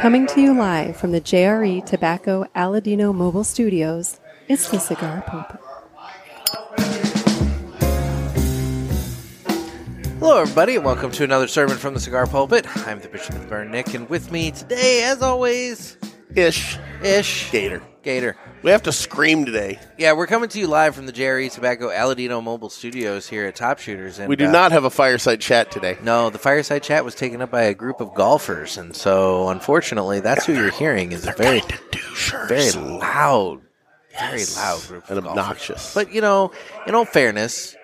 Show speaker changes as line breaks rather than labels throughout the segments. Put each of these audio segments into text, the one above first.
Coming to you live from the JRE Tobacco Aladino Mobile Studios, it's the Cigar Pulpit.
Hello, everybody, and welcome to another sermon from the Cigar Pulpit. I'm the Bishop of Burn Nick, and with me today, as always,
ish.
Ish
Gator.
Gator.
We have to scream today.
Yeah, we're coming to you live from the Jerry Tobacco Aladino Mobile Studios here at Top Shooters. And
We do
uh,
not have a fireside chat today.
No, the fireside chat was taken up by a group of golfers, and so unfortunately, that's who you're hearing is a very, very loud, very loud group
And
of golfers.
obnoxious.
But you know, in all fairness,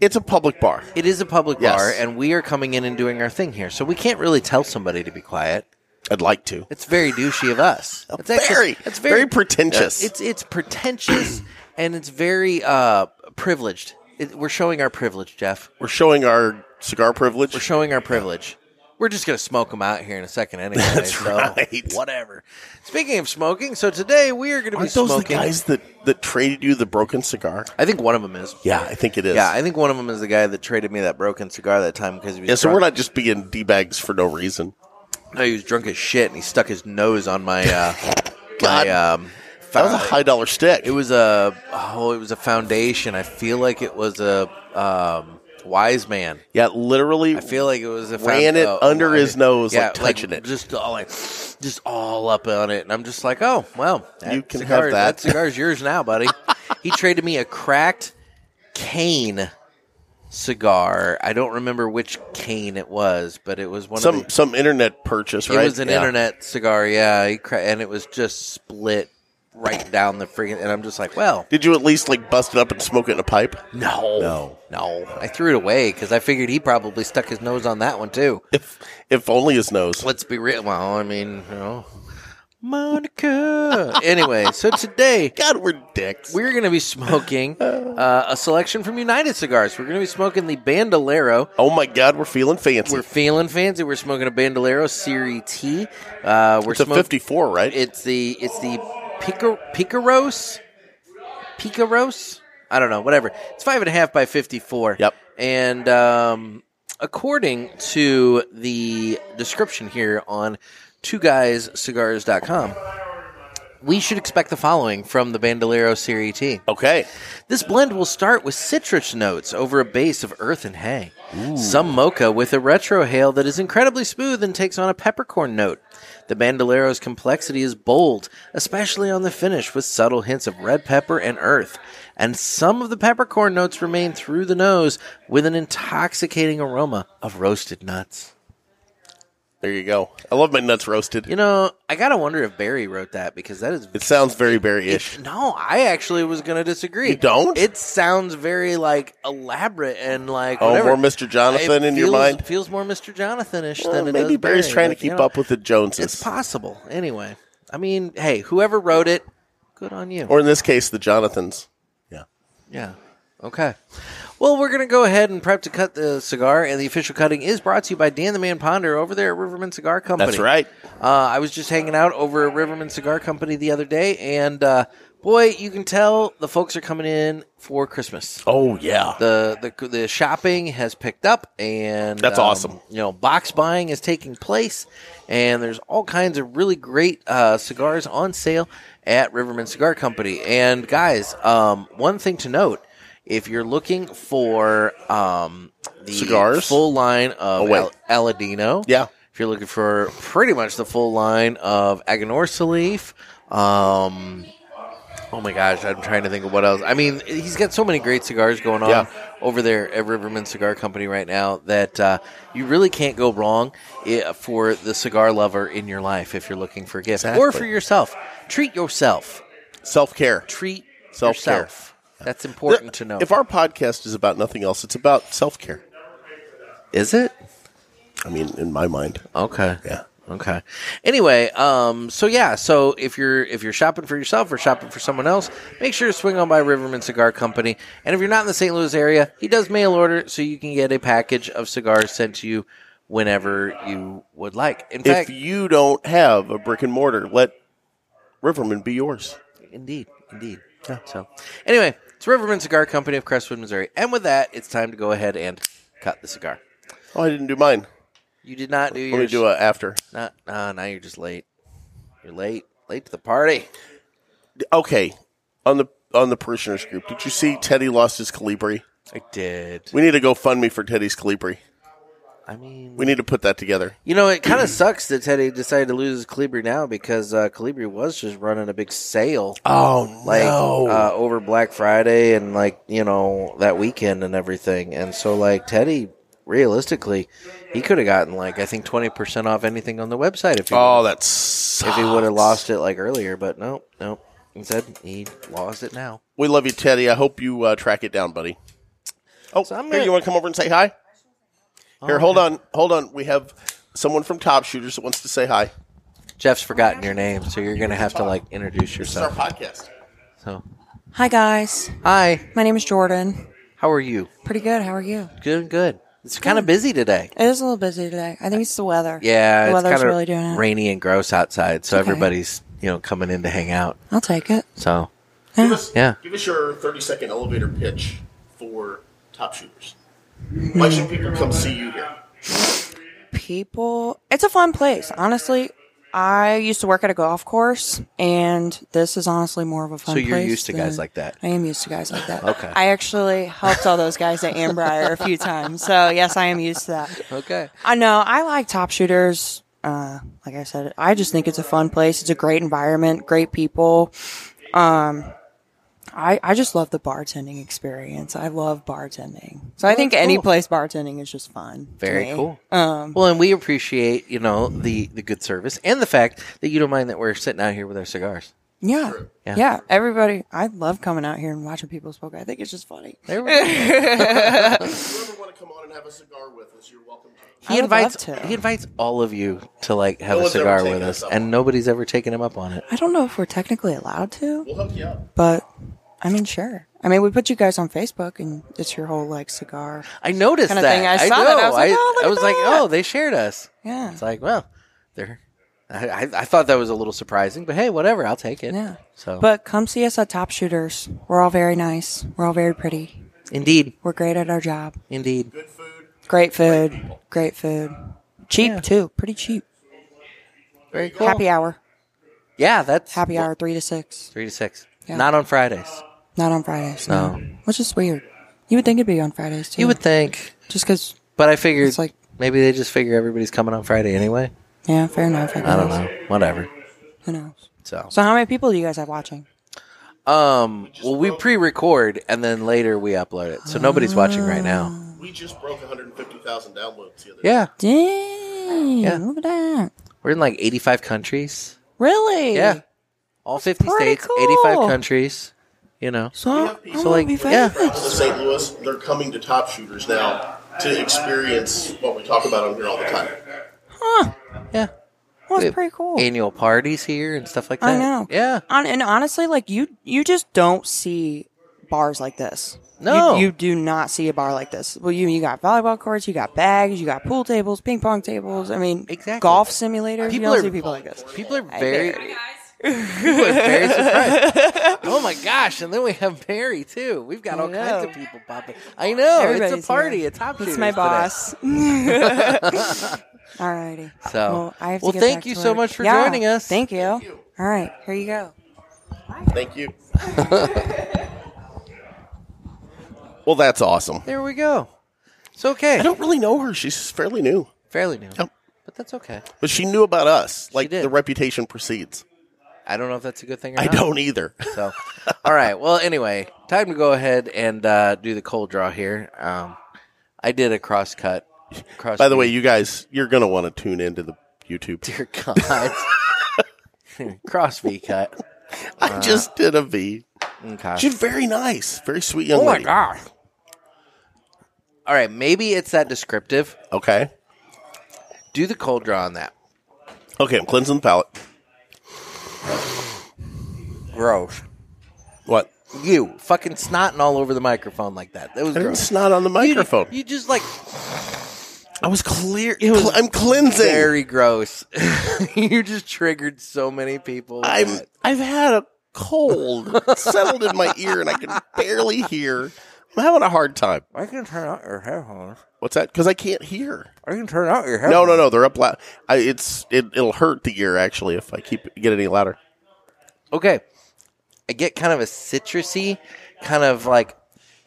It's a public bar.
it is a public
Yes.
bar, and we are coming in and doing our thing here, so we can't really tell somebody to be quiet.
I'd like to.
It's very douchey of us. It's
Oh, Very.
it's
Very pretentious.
Uh, It's it's pretentious and it's very uh, privileged. It, we're showing our privilege, Jeff.
We're showing our cigar privilege.
We're showing our privilege. We're just gonna smoke them out here in a second anyway.
That's
so
right.
Whatever. Speaking of smoking, so today we are gonna
Aren't
be
those
smoking.
the guys that, that traded you the broken cigar?
I think one of them is.
Yeah, I think it is.
Yeah, I think one of them is the guy that traded me that broken cigar that time because he was.
yeah, so
drunk.
we're not just being D bags for no reason.
No, he was drunk as shit, and he stuck his nose on my. Uh,
God.
my, um,
That was a
found-
high dollar stick.
It was a oh, it was a foundation. I feel like it was a um, wise man.
yeah, literally.
I feel like it was a uh,
Ran it under his nose, like,
like,
touching it.
just all like just all up on it, and I'm just like, oh well, that
You can
cigar,
have that.
cigar's yours now, buddy. he traded me a cracked cane cigar. I don't remember which cane it was, but it was one
some
of the,
some internet purchase,
it
right?
was an
Yeah.
internet cigar, yeah, he cra- and it was just split right down the friggin' and I'm just like, well.
Did you at least like bust it up and smoke it in a pipe?
No.
No.
No. I threw it away because I figured he probably stuck his nose on that one too.
If if only his nose.
Let's be real. Well, I mean, you know. Monica. anyway, so today
God, we're dicks.
we're going to be smoking uh, a selection from United Cigars. We're going to be smoking the Bandolero.
oh my God, we're feeling fancy.
We're feeling fancy. We're smoking a Bandolero Serie T. Uh, we're
it's a
smoking.
54, right?
It's the it's the Pica, Picaros, Picaros. I don't know, whatever. It's five and a half by fifty-four.
Yep.
And um, according to the description here on two guyscigars.com, we should expect the following from the Bandolero Serie T.
okay.
This blend will start with citrus notes over a base of earth and hay. Some mocha with a retrohale that is incredibly smooth and takes on a peppercorn note. The Bandolero's complexity is bold, especially on the finish with subtle hints of red pepper and earth. And some of the peppercorn notes remain through the nose with an intoxicating aroma of roasted nuts.
There you go. I love my nuts roasted.
You know, I gotta wonder if Barry wrote that because that is
It sounds very berry-ish.
No, I actually was going to disagree.
You don't?
It sounds very like elaborate and like
Oh, more
whatever.
Mr. Jonathan
It
in your
feels-
mind?
Feels more Mr. Jonathan-ish
Well,
than it
maybe
does
Barry's
Barry,
trying to
but, you
keep
know,
up with the Joneses,
It's possible. Anyway, I mean, hey, whoever wrote it, good on you.
or in this case, the Jonathans. Yeah.
Yeah. Okay. Well, we're going to go ahead and prep to cut the cigar, and the official cutting is brought to you by Dan the Man Ponder over there at Riverman Cigar Company.
That's right.
Uh, I was just hanging out over at Riverman Cigar Company the other day, and uh, boy, you can tell the folks are coming in for Christmas.
Oh yeah.
The the the shopping has picked up, and um,
That's awesome.
You know, box buying is taking place, and there's all kinds of really great uh, cigars on sale at Riverman Cigar Company. And guys, um, one thing to note. If you're looking for um, the
Cigars? Oh,
full line of
wait.
Al- Aladino,
Yeah.
if you're looking for pretty much the full line of Agonorsa leaf, um, oh my gosh, I'm trying to think of what else. I mean, he's got so many great cigars going on
Yeah.
over there at Riverman Cigar Company right now that uh, you really can't go wrong i- for the cigar lover in your life if you're looking for a gift or
Exactly.
for yourself. Treat yourself.
Self care.
Treat
Self-care.
yourself. That's important to know.
If our podcast is about nothing else, it's about self care.
Is it?
I mean, in my mind.
Okay.
Yeah.
Okay. Anyway, um, so yeah, so if you're if you're shopping for yourself or shopping for someone else, make sure to swing on by Riverman Cigar Company. And if you're not in the St. Louis area, he does mail order, so you can get a package of cigars sent to you whenever you would like. In
If
fact,
you don't have a brick and mortar, let Riverman be yours.
indeed, indeed. So, anyway, it's Riverman Cigar Company of Crestwood, Missouri. And with that, it's time to go ahead and cut the cigar.
Oh, I didn't do mine.
You did not do
Let me
yours.
do a after.
Not, uh, now you're just late. You're late. Late to the party.
Okay, on the on the parishioners group, did you see Teddy lost his Calibri?
I did.
We need to go fund me for Teddy's Calibri.
I mean,
We need to put that together.
you know, it kind of sucks that Teddy decided to lose his Calibri now because uh, Calibri was just running a big sale.
Oh
like uh, over Black Friday and like you know that weekend and everything. And so like Teddy, realistically, he could have gotten like I think twenty percent off anything on the website if he
oh, that's
if he would have lost it like earlier. But no, no. Instead, he lost it now.
We love you, Teddy. I hope you uh, track it down, buddy. Oh,
So I'm
here,
gonna- Oh,
you want to come over and say hi? Here, hold on, hold on. We have someone from Top Shooters that wants to say hi.
Jeff's forgotten your name, so you're gonna have to like introduce
This is our
yourself.
podcast.
So,
Hi guys,
hi,
my name is Jordan.
how are you?
Pretty good. How are you?
Good, good. It's kind of busy today.
It is a little busy today. I think it's the weather.
Yeah,
the
it's
weather's
kind of
really doing it.
rainy and gross outside, so
Okay.
everybody's you know coming in to hang out.
I'll take it.
So
Give us,
Yeah.
give us your thirty second elevator pitch for Top Shooters. Why should people come see you here?
People, it's a fun place. Honestly, I used to work at a golf course, and this is honestly more of a fun.
So you're
place
used to guys
than-
like that?
I am used to guys like that.
Okay.
I actually helped all those guys at Ambrier a few times, so yes, I am used to that.
Okay.
I know. I like top shooters. Uh, like I said, I just think it's a fun place. It's a great environment, great people. Um, I, I just love the bartending experience. I love bartending. So I think any place bartending is just fun. to
Very
me.
cool.
Um.
well, and we appreciate you know the the good service and the fact that you don't mind that we're sitting out here with our cigars.
Yeah.
Yeah.
yeah. Everybody, I love coming out here and watching people smoke. I think it's just funny.
There we go.
Whoever want to come on and have a cigar with us, you're welcome to.
I
he
would
invites
love to.
he invites all of you to like have
No
a
one's ever
cigar
taken
with
us
us,
up on
and nobody's ever taken him up on it.
I don't know if we're technically allowed to,
We'll hook you up.
but I mean, sure. I mean, we put you guys on Facebook and it's your whole like cigar.
I noticed
Kinda
that.
thing. I saw that. I was like, oh, look
I
at
was like,
that.
oh, they shared us.
Yeah.
It's like, well, they're. I, I, I thought that was a little surprising, but hey, whatever. I'll take it.
Yeah.
So,
But come see us at Top Shooters. We're all very nice. We're all very pretty.
indeed,
We're great at our job.
indeed.
Good food.
Great food. Great food. Cheap
Yeah.
too. Pretty cheap.
Very cool.
Happy hour.
Yeah, that's
Happy hour three to six.
Three to six.
Yeah.
Not on Fridays.
Not on Fridays. No.
No.
Which is weird. You would think it'd be on Fridays too.
You would think,
just because.
but I figured
It's like-
maybe they just figure everybody's coming on Friday anyway.
Yeah, fair enough. I,
I don't know. Whatever.
Who knows?
So,
So how many people do you guys have watching?
um, well, we pre-record and then later we upload it, so nobody's watching right
Ah.
now.
We just broke 150,000 downloads the other
Yeah,
Dang.
Yeah.
Look at that.
we're in like eighty-five countries.
Really?
Yeah, all fifty
pretty
states, eighty-five
cool.
countries. You know,
So, I
So,
wanna
like,
be
yeah.
day.
famous.
To St. Louis, they're coming to Top Shooters now to experience what we talk about on here all the time.
yeah,
Well,
Yeah.
that's pretty cool.
annual parties here and stuff like that.
I know.
Yeah,
On, and honestly, like you, you just don't see bars like this.
No.
you, you do not see a bar like this. Well, you you got volleyball courts, you got bags, you got pool tables, ping pong tables. I mean,
Exactly.
golf simulators. you
People
don't
are-
see people like this.
people are
I
very, oh,
dare you.
people are very surprised. Oh my gosh! And then we have Mary too. We've got all
I
kinds
know.
of people popping. I know it's
Everybody's
a party.
here.
It's top.
It's
shooters
my
today.
boss. Alrighty.
So,
well, I have to
well,
get
thank
back
you
to
so
work.
much for
Yeah,
joining us.
Thank you. All right, here you go.
Thank you. well, that's awesome.
There we go. It's
I
okay.
don't really know her. She's fairly new,
Fairly new,
Yep.
but that's okay.
but she knew about us. Like
did.
the reputation precedes.
I don't know if that's a good thing or
I
not.
don't e- either.
So, all right. Well, anyway, time to go ahead and uh, do the cold draw here. Um, I did a cross cut. Cross
By the way, you guys, you're gonna want to tune into the YouTube.
dear God, cross V cut.
I
Uh,
just did a V.
Okay.
She's very nice, very sweet young
Oh my
lady.
god! All right, maybe it's that descriptive.
Okay,
Do the cold draw on that.
okay, I'm cleansing the palate.
Gross.
What?
You fucking snotting all over the microphone like that. That was
I didn't
gross.
snot on the
You-
microphone.
You, just like
I was clear.
was
Cl- I'm cleansing.
very gross. you just triggered so many people. with
I'm.
that.
I've had a cold It settled in my ear, and I can barely hear. I'm having a hard time.
I can turn out your headphones.
What's that? Because I can't hear.
I can turn out your headphones.
No, no, no. They're up loud. I, it's it, it'll hurt the ear actually if I keep get any louder.
Okay. I get kind of a citrusy, kind of like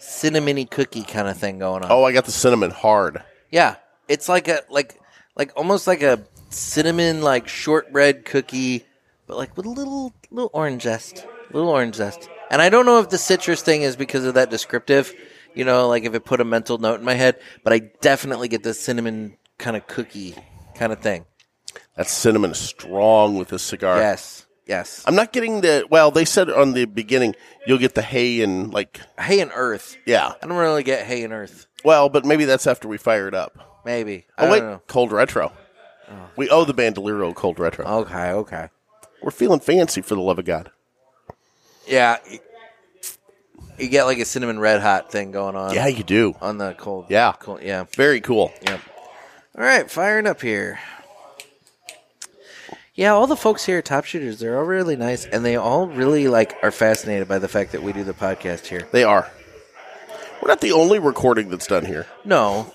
cinnamony cookie kind of thing going on.
Oh, I got the cinnamon hard.
Yeah, it's like a like like almost like a cinnamon like shortbread cookie, but like with a little little orange zest, little orange zest. And I don't know if the citrus thing is because of that descriptive, you know, like if it put a mental note in my head, but I definitely get the cinnamon kind of cookie kind of thing.
That cinnamon is strong with this cigar.
Yes, yes.
I'm not getting the well. They said on the beginning you'll get the hay and like
Hay and earth.
yeah.
I don't really get hay and earth.
Well, but maybe that's after we fire it up.
Maybe. I
Oh
don't
wait,
know.
cold retro. We owe the Bandolero cold retro.
Okay, okay.
We're feeling fancy for the love of God.
Yeah. You get like a cinnamon red hot thing going on.
Yeah, you do.
On the cold.
Yeah.
Cold, yeah.
Very cool.
Yep. All right, firing up here. Yeah, all the folks here, at top shooters, they're all really nice, and they all really like are fascinated by the fact that we do the podcast here.
They are. We're not the only recording that's done here.
No,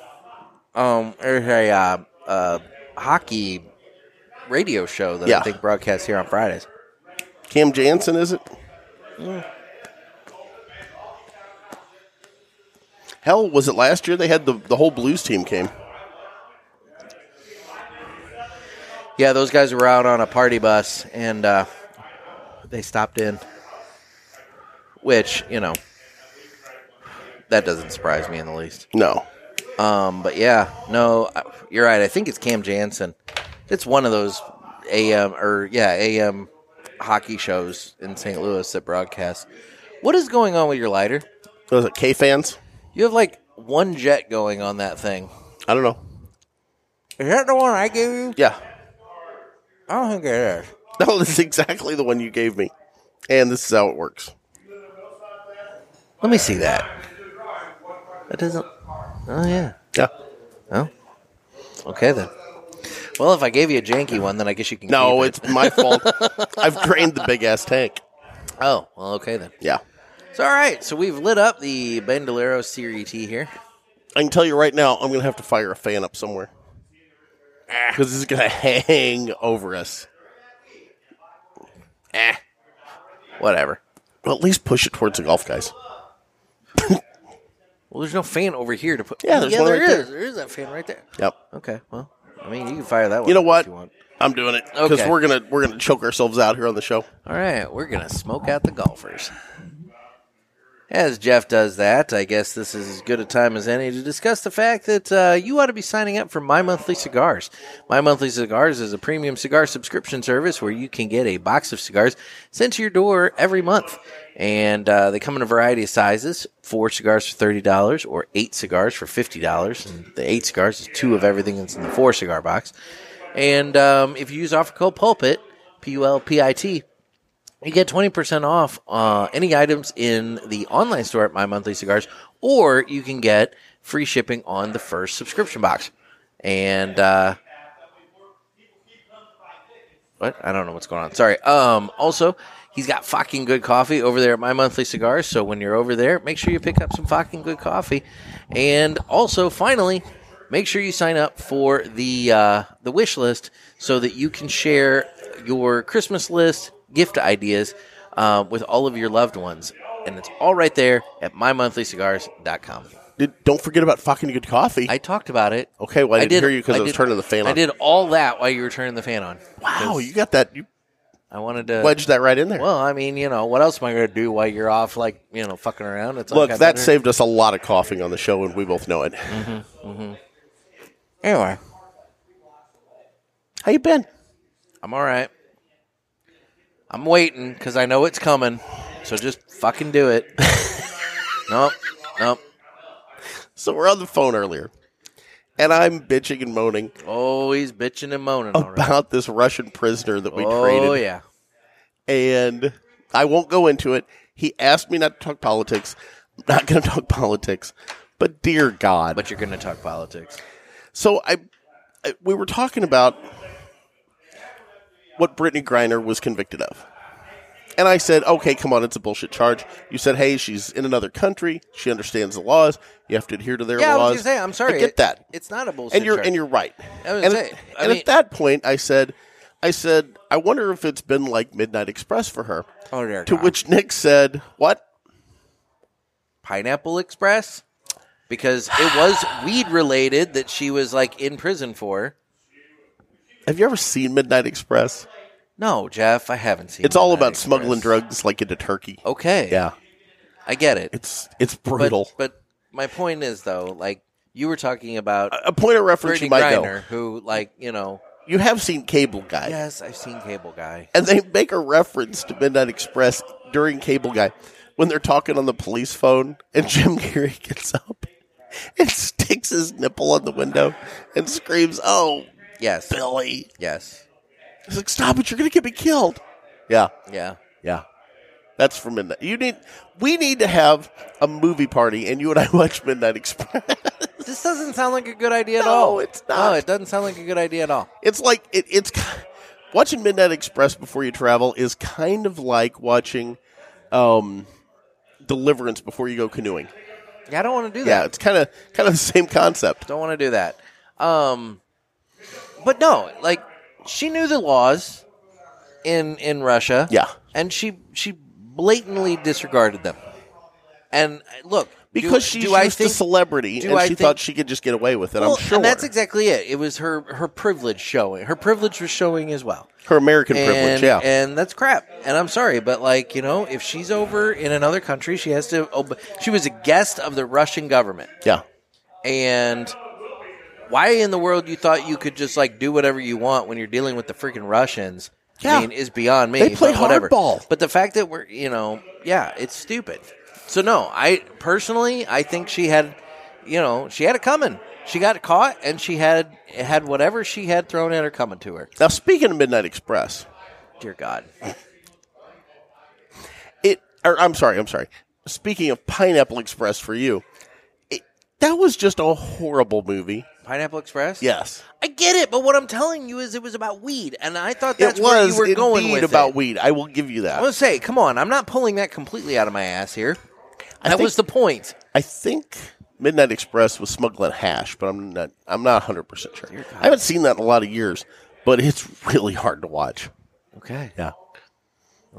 um, there's a uh, uh, hockey radio show that
Yeah.
I think broadcasts here on Fridays.
Cam Jansen, is it? Hell, was it last year they had the, the whole Blues team came?
Yeah, those guys were out on a party bus, and uh, they stopped in, which you know that doesn't surprise me in the least.
No.
Um, but yeah, no, I- you're right. I think it's Cam Jansen. It's one of those AM or yeah AM hockey shows in St. Louis that broadcast. What is going on with your lighter?
Was it K fans?
You have like one jet going on that thing.
I don't know.
Is that the one I gave you?
Yeah.
I don't think it is.
No, this is exactly the one you gave me. And this is how it works.
Let me see that. That doesn't. Oh yeah.
Yeah.
Oh. Okay then. Well, if I gave you a janky one, then I guess you can.
No,
keep it.
it's my fault. I've drained the big ass tank.
Oh well, okay then.
Yeah.
So all right, so we've lit up the Bandolero CRT here.
I can tell you right now, I'm going to have to fire a fan up somewhere.
Ah.
Because this is going to hang over us.
Ah. Whatever.
Well, at least push it towards the golf guys.
Well, there's no fan over here to put.
Yeah, there's one
there
right there.
is. There is that fan right there.
Yep.
Okay, well, I mean, you can fire that one.
You know
up if
what?
you want.
I'm doing it because
Okay.
we're gonna we're gonna choke ourselves out here on the show.
All right, we're gonna smoke out the golfers. As Jeff does that, I guess this is as good a time as any to discuss the fact that uh, you ought to be signing up for My Monthly Cigars. My Monthly Cigars is a premium cigar subscription service where you can get a box of cigars sent to your door every month. And uh, they come in a variety of sizes four cigars for $30 or eight cigars for $50. And the eight cigars is two of everything that's in the four cigar box. And um, if you use offer code PULPIT, P U L P I T, you get 20% off uh, any items in the online store at My Monthly Cigars, or you can get free shipping on the first subscription box. And, uh, what? I don't know what's going on. Sorry. Um, also, he's got fucking good coffee over there at My Monthly Cigars. So when you're over there, make sure you pick up some fucking good coffee. And also, finally, make sure you sign up for the uh, the wish list so that you can share your Christmas list, gift ideas uh, with all of your loved ones. And it's all right there at mymonthlycigars.com.
Dude, don't forget about fucking good coffee.
I talked about it.
okay, well I, didn't hear you because I, was
did-
turning the fan on.
I did all that while you were turning the fan on.
Wow, you got that. You
I wanted to
wedged that right in there.
Well, I mean, you know, what else am I going to do while you're off, like, you know, fucking around? It's
Look,
like
that saved us a lot of coughing on the show, and we both know it.
Mm. Anyway,
How you been?
I'm all right. I'm waiting because I know it's coming. So just fucking do it. nope. Nope.
So we're on the phone earlier, and I'm bitching and moaning
Oh, he's bitching and moaning already.
about this Russian prisoner that Oh, we
Oh,
traded,
yeah.
and I won't go into it. He asked me not to talk politics. I'm not going to talk politics, but dear God,
But you're going to talk politics.
So I, I we were talking about what Brittany Griner was convicted of. And I said, okay, come on, it's a bullshit charge. You said, hey, she's in another country. She understands the laws. You have to adhere to their
Yeah, I
laws.
was gonna say. I'm sorry.
I get
It-
that.
It's not a bullshit.
and you're
chart.
and you're right.
I was
and
gonna say,
at,
I
and
mean-
at that point, I said, I said, I wonder if it's been like Midnight Express for her.
Oh, dear
to
God.
which Nick said, "What?
Pineapple Express because it was weed related that she was like in prison for.
Have you ever seen Midnight Express?
No, Jeff, I haven't seen.
It's all
Midnight
about
Express.
smuggling drugs like into Turkey.
Okay,
Yeah,
I get it.
it's it's
But-
brutal.
But, my point is though, like you were talking about
a point of reference
Brittany
you Uh, might
Griner,
know.
who like you know,
You have seen Cable Guy,
yes, I've seen Cable Guy.
and they make a reference to Midnight Express during Cable Guy when they're talking on the police phone, and Jim Carrey gets up and sticks his nipple on the window and screams, "Oh,
Yes,
Billy!"
yes,
He's like, "Stop it! You're gonna get me killed." Yeah,
yeah.
yeah. That's from Midnight. You need. We need to have a movie party, and you and I watch Midnight Express.
This doesn't sound like a good idea at
No,
all.
it's
No,
not.
it doesn't sound like a good idea at all.
it's like it, it's watching Midnight Express before you travel is kind of like watching um, Deliverance before you go canoeing.
Yeah, I don't want to do that.
Yeah, it's kind of kind of the same concept.
Don't want to do that. Um, but no, like she knew the laws in in Russia.
Yeah.
and she she blatantly disregarded them. And uh, look,
Because
do,
she's
do
used
I
to
think-
celebrity,
do
and
I
she
think-
thought she could just get away with it.
Well,
I'm sure
and that's exactly it. It was her her privilege showing. Her privilege was showing as well.
her American
And,
privilege. Yeah,
and that's crap. And I'm sorry, but like you know, if she's over in another country, she has to. Ob- she was a guest of the Russian government.
yeah.
and why in the world you thought you could just like do whatever you want when you're dealing with the freaking Russians?
Yeah.
I mean, is beyond me.
They play
but whatever.
hardball.
but the fact that we're you know, yeah, it's stupid. So no, I personally, I think she had, you know, she had it coming. She got caught, and she had had whatever she had thrown at her coming to her.
Now speaking of Midnight Express,
Dear God,
it or I'm sorry, I'm sorry. Speaking of Pineapple Express for you, it, that was just a horrible movie.
Pineapple Express.
Yes.
I get it, but what I'm telling you is it was about weed, and I thought that's where you were going
indeed
with
about
it.
weed. I will give you that.
I'm gonna say, come on, I'm not pulling that completely out of my ass here.
I
that
think-
was the point.
I think Midnight Express was smuggling hash, but I'm not. I'm not 100 percent sure. I haven't seen that in a lot of years, but it's really hard to watch.
Okay.
Yeah.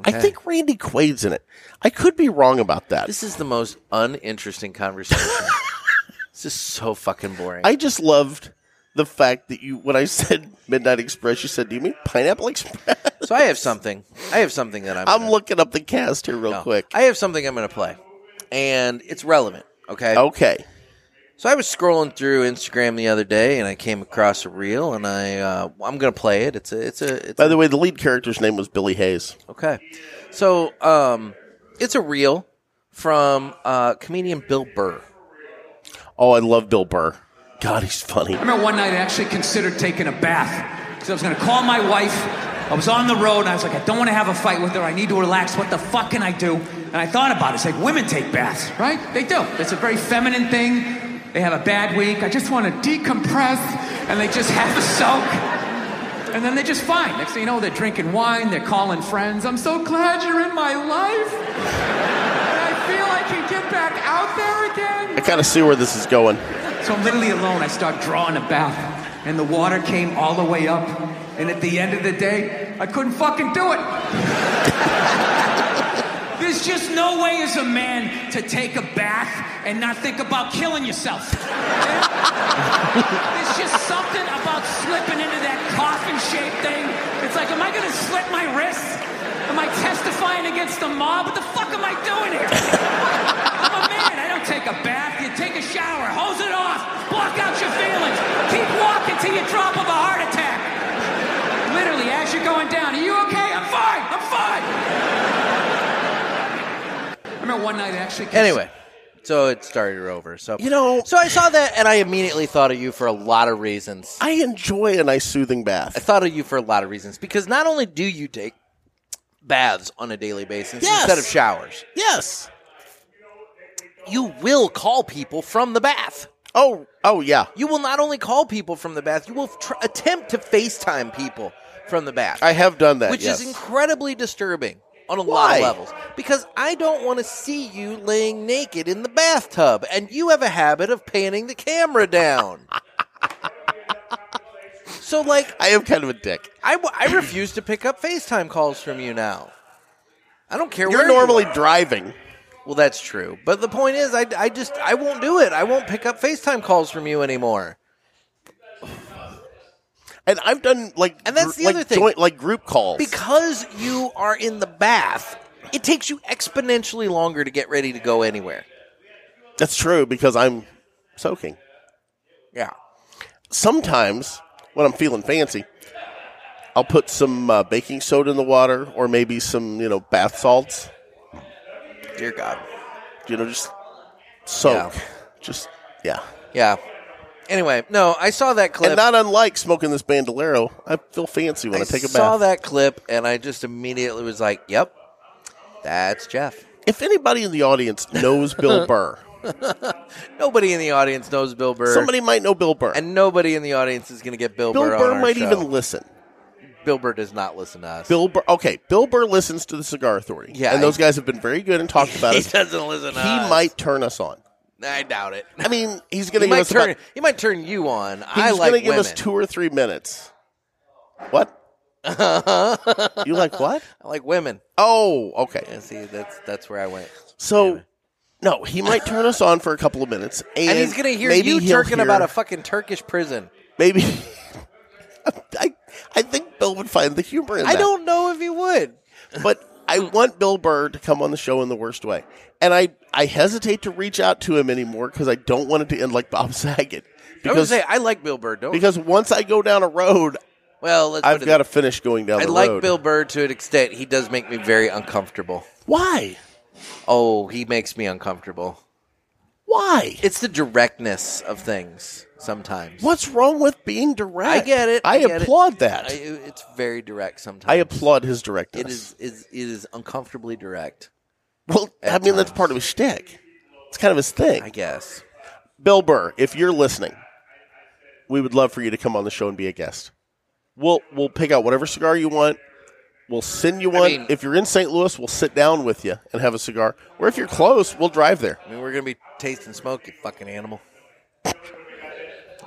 I think Randy Quaid's in it. I could be wrong about that.
This is the most uninteresting conversation. this is so fucking boring.
I just loved the fact that you when I said Midnight Express, you said, "Do you mean Pineapple Express?"
so I have something. I have something that I'm.
I'm
gonna-
looking up the cast here real
no.
quick.
I have something I'm going to play, and it's relevant. Okay.
okay.
So I was scrolling through Instagram the other day, and I came across a reel, and I uh, I'm going to play it. It's a it's a it's
By
a,
the way, the lead character's name was Billy Hayes.
Okay. So um, it's a reel from uh, comedian Bill Burr.
Oh, I love Bill Burr. God, he's funny.
I remember one night I actually considered taking a bath because I was going to call my wife. I was on the road and I was like, I don't want to have a fight with her. I need to relax. What the fuck can I do? And I thought about it. It's like women take baths, right? They do. It's a very feminine thing. They have a bad week. I just want to decompress and they just have a soak. And then they're just fine. Next thing you know, they're drinking wine, they're calling friends. I'm so glad you're in my life. And I feel I can get back out there again.
I kind of see where this is going.
So I'm literally alone. I start drawing a bath, and the water came all the way up. And at the end of the day, I couldn't fucking do it. There's just no way as a man to take a bath and not think about killing yourself. There's just something about slipping into that coffin shaped thing. It's like, am I gonna slit my wrists? Am I testifying against the mob? What the fuck am I doing here? I'm a man. I don't take a bath. You take a shower, hose it off, block out your feelings, keep walking till you drop of a heart attack. Literally, as you're going down, are you okay? I'm fine. I'm fine. I remember one night I actually.
Anyway, so it started over. So
You know-
so I saw that and I immediately thought of you for a lot of reasons.
I enjoy a nice soothing
I
bath.
thought of you for a lot of reasons because not only do you take baths on a daily basis
Yes.
instead of showers,
Yes.
you will call people from the bath.
Oh, oh yeah.
You will not only call people from the bath, you will tr- attempt to FaceTime people from the bath,
I have done that.
which
yes.
is incredibly disturbing. on a lot
Why?
of levels because I don't want to see you laying naked in the bathtub, and you have a habit of panning the camera down. so, like,
I am kind of a dick.
I, w- I refuse to pick up FaceTime calls from you now. I don't care
You're
where you
normally
are.
driving.
Well, that's true. But the point is, I, I just I won't do it. I won't pick up FaceTime calls from you anymore.
And I've done like
And that's the
like
other thing.
joint like group calls.
Because you are in the bath, it takes you exponentially longer to get ready to go anywhere.
that's true because I'm soaking.
Yeah.
Sometimes when I'm feeling fancy, I'll put some uh, baking soda in the water or maybe some, you know, bath salts,
Dear God.
you know, just soak.
Yeah.
Just yeah.
Yeah. Anyway, no, I saw that clip.
And not unlike smoking this bandolero, I feel fancy when I,
I
take a bath.
saw that clip and I just immediately was like, "Yep, that's Jeff."
If anybody in the audience knows Bill Burr,
Nobody in the audience knows Bill Burr,
somebody might know Bill Burr.
and nobody in the audience is going to get Bill,
Bill
Burr. on
Burr
our
might
show.
even listen.
Bill Burr does not listen to us.
Bill Burr. Okay, Bill Burr listens to the Cigar Authority.
Yeah,
and those
he-
guys have been very good and talked about
he
it.
doesn't listen to
He
us.
might turn us on.
I doubt it.
I mean, he's going
He
to give
might
us.
turn.
about-
he might turn you on. I
he's
like
going to give
women.
us two or three minutes. What? you like what?
I like women.
Oh, okay.
And see, that's that's where I went.
So, no, he might turn us on for a couple of minutes, and,
And, he's gonna hear
maybe
you
he'll
jerking
hear-
about a fucking Turkish prison.
maybe. I, I think Bill would find the humor in
I
that.
don't know if he would.
but I want Bill Burr to come on the show in the worst way. And I, I hesitate to reach out to him anymore because I don't want it to end like Bob Saget.
I was
Because,
gonna say I like Bill Burr. Don't
because once I go down a road,
well. Let's
I've
put it
got to finish going down
I
the
like
road.
Bill Burr to an extent. He does make me very uncomfortable.
Why?
Oh, he makes me uncomfortable.
Why?
It's the directness of things sometimes.
What's wrong with being direct?
I get it.
I,
get it.
applaud that.
I,
I,
it's very direct sometimes.
applaud his directness.
It is, is it is uncomfortably direct.
well, I mean, that's part of his shtick. It's kind of his thing.
I guess.
Bill Burr, if you're listening, we would love for you to come on the show and be a guest. We'll we'll pick out whatever cigar you want. We'll send you one.
mean-
if you're in St. Louis, we'll sit down with you and have a cigar. Or if you're close, we'll drive there.
I mean, we're gonna be tasting smoke, you fucking animal,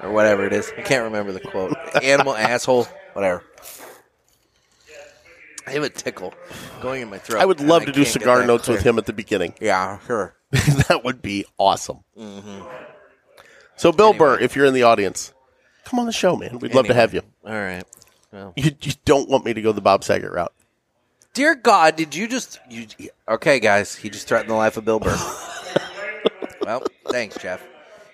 or whatever it is. I can't remember the quote. animal, asshole, whatever. I have a tickle going in my throat.
I would
and
love to do
can't get
cigar
that
notes with
clear.
him at the beginning.
Yeah, sure.
that would be awesome.
Mm-hmm.
So, Bill Burr, if you're in the audience, come on the show, man. We'd love to
Anyway.
have you.
All right.
you. You don't want me to go the Bob Saget route.
Dear God, did you just you? Okay, guys, he just threatened the life of Bill Burr. well, thanks, Jeff.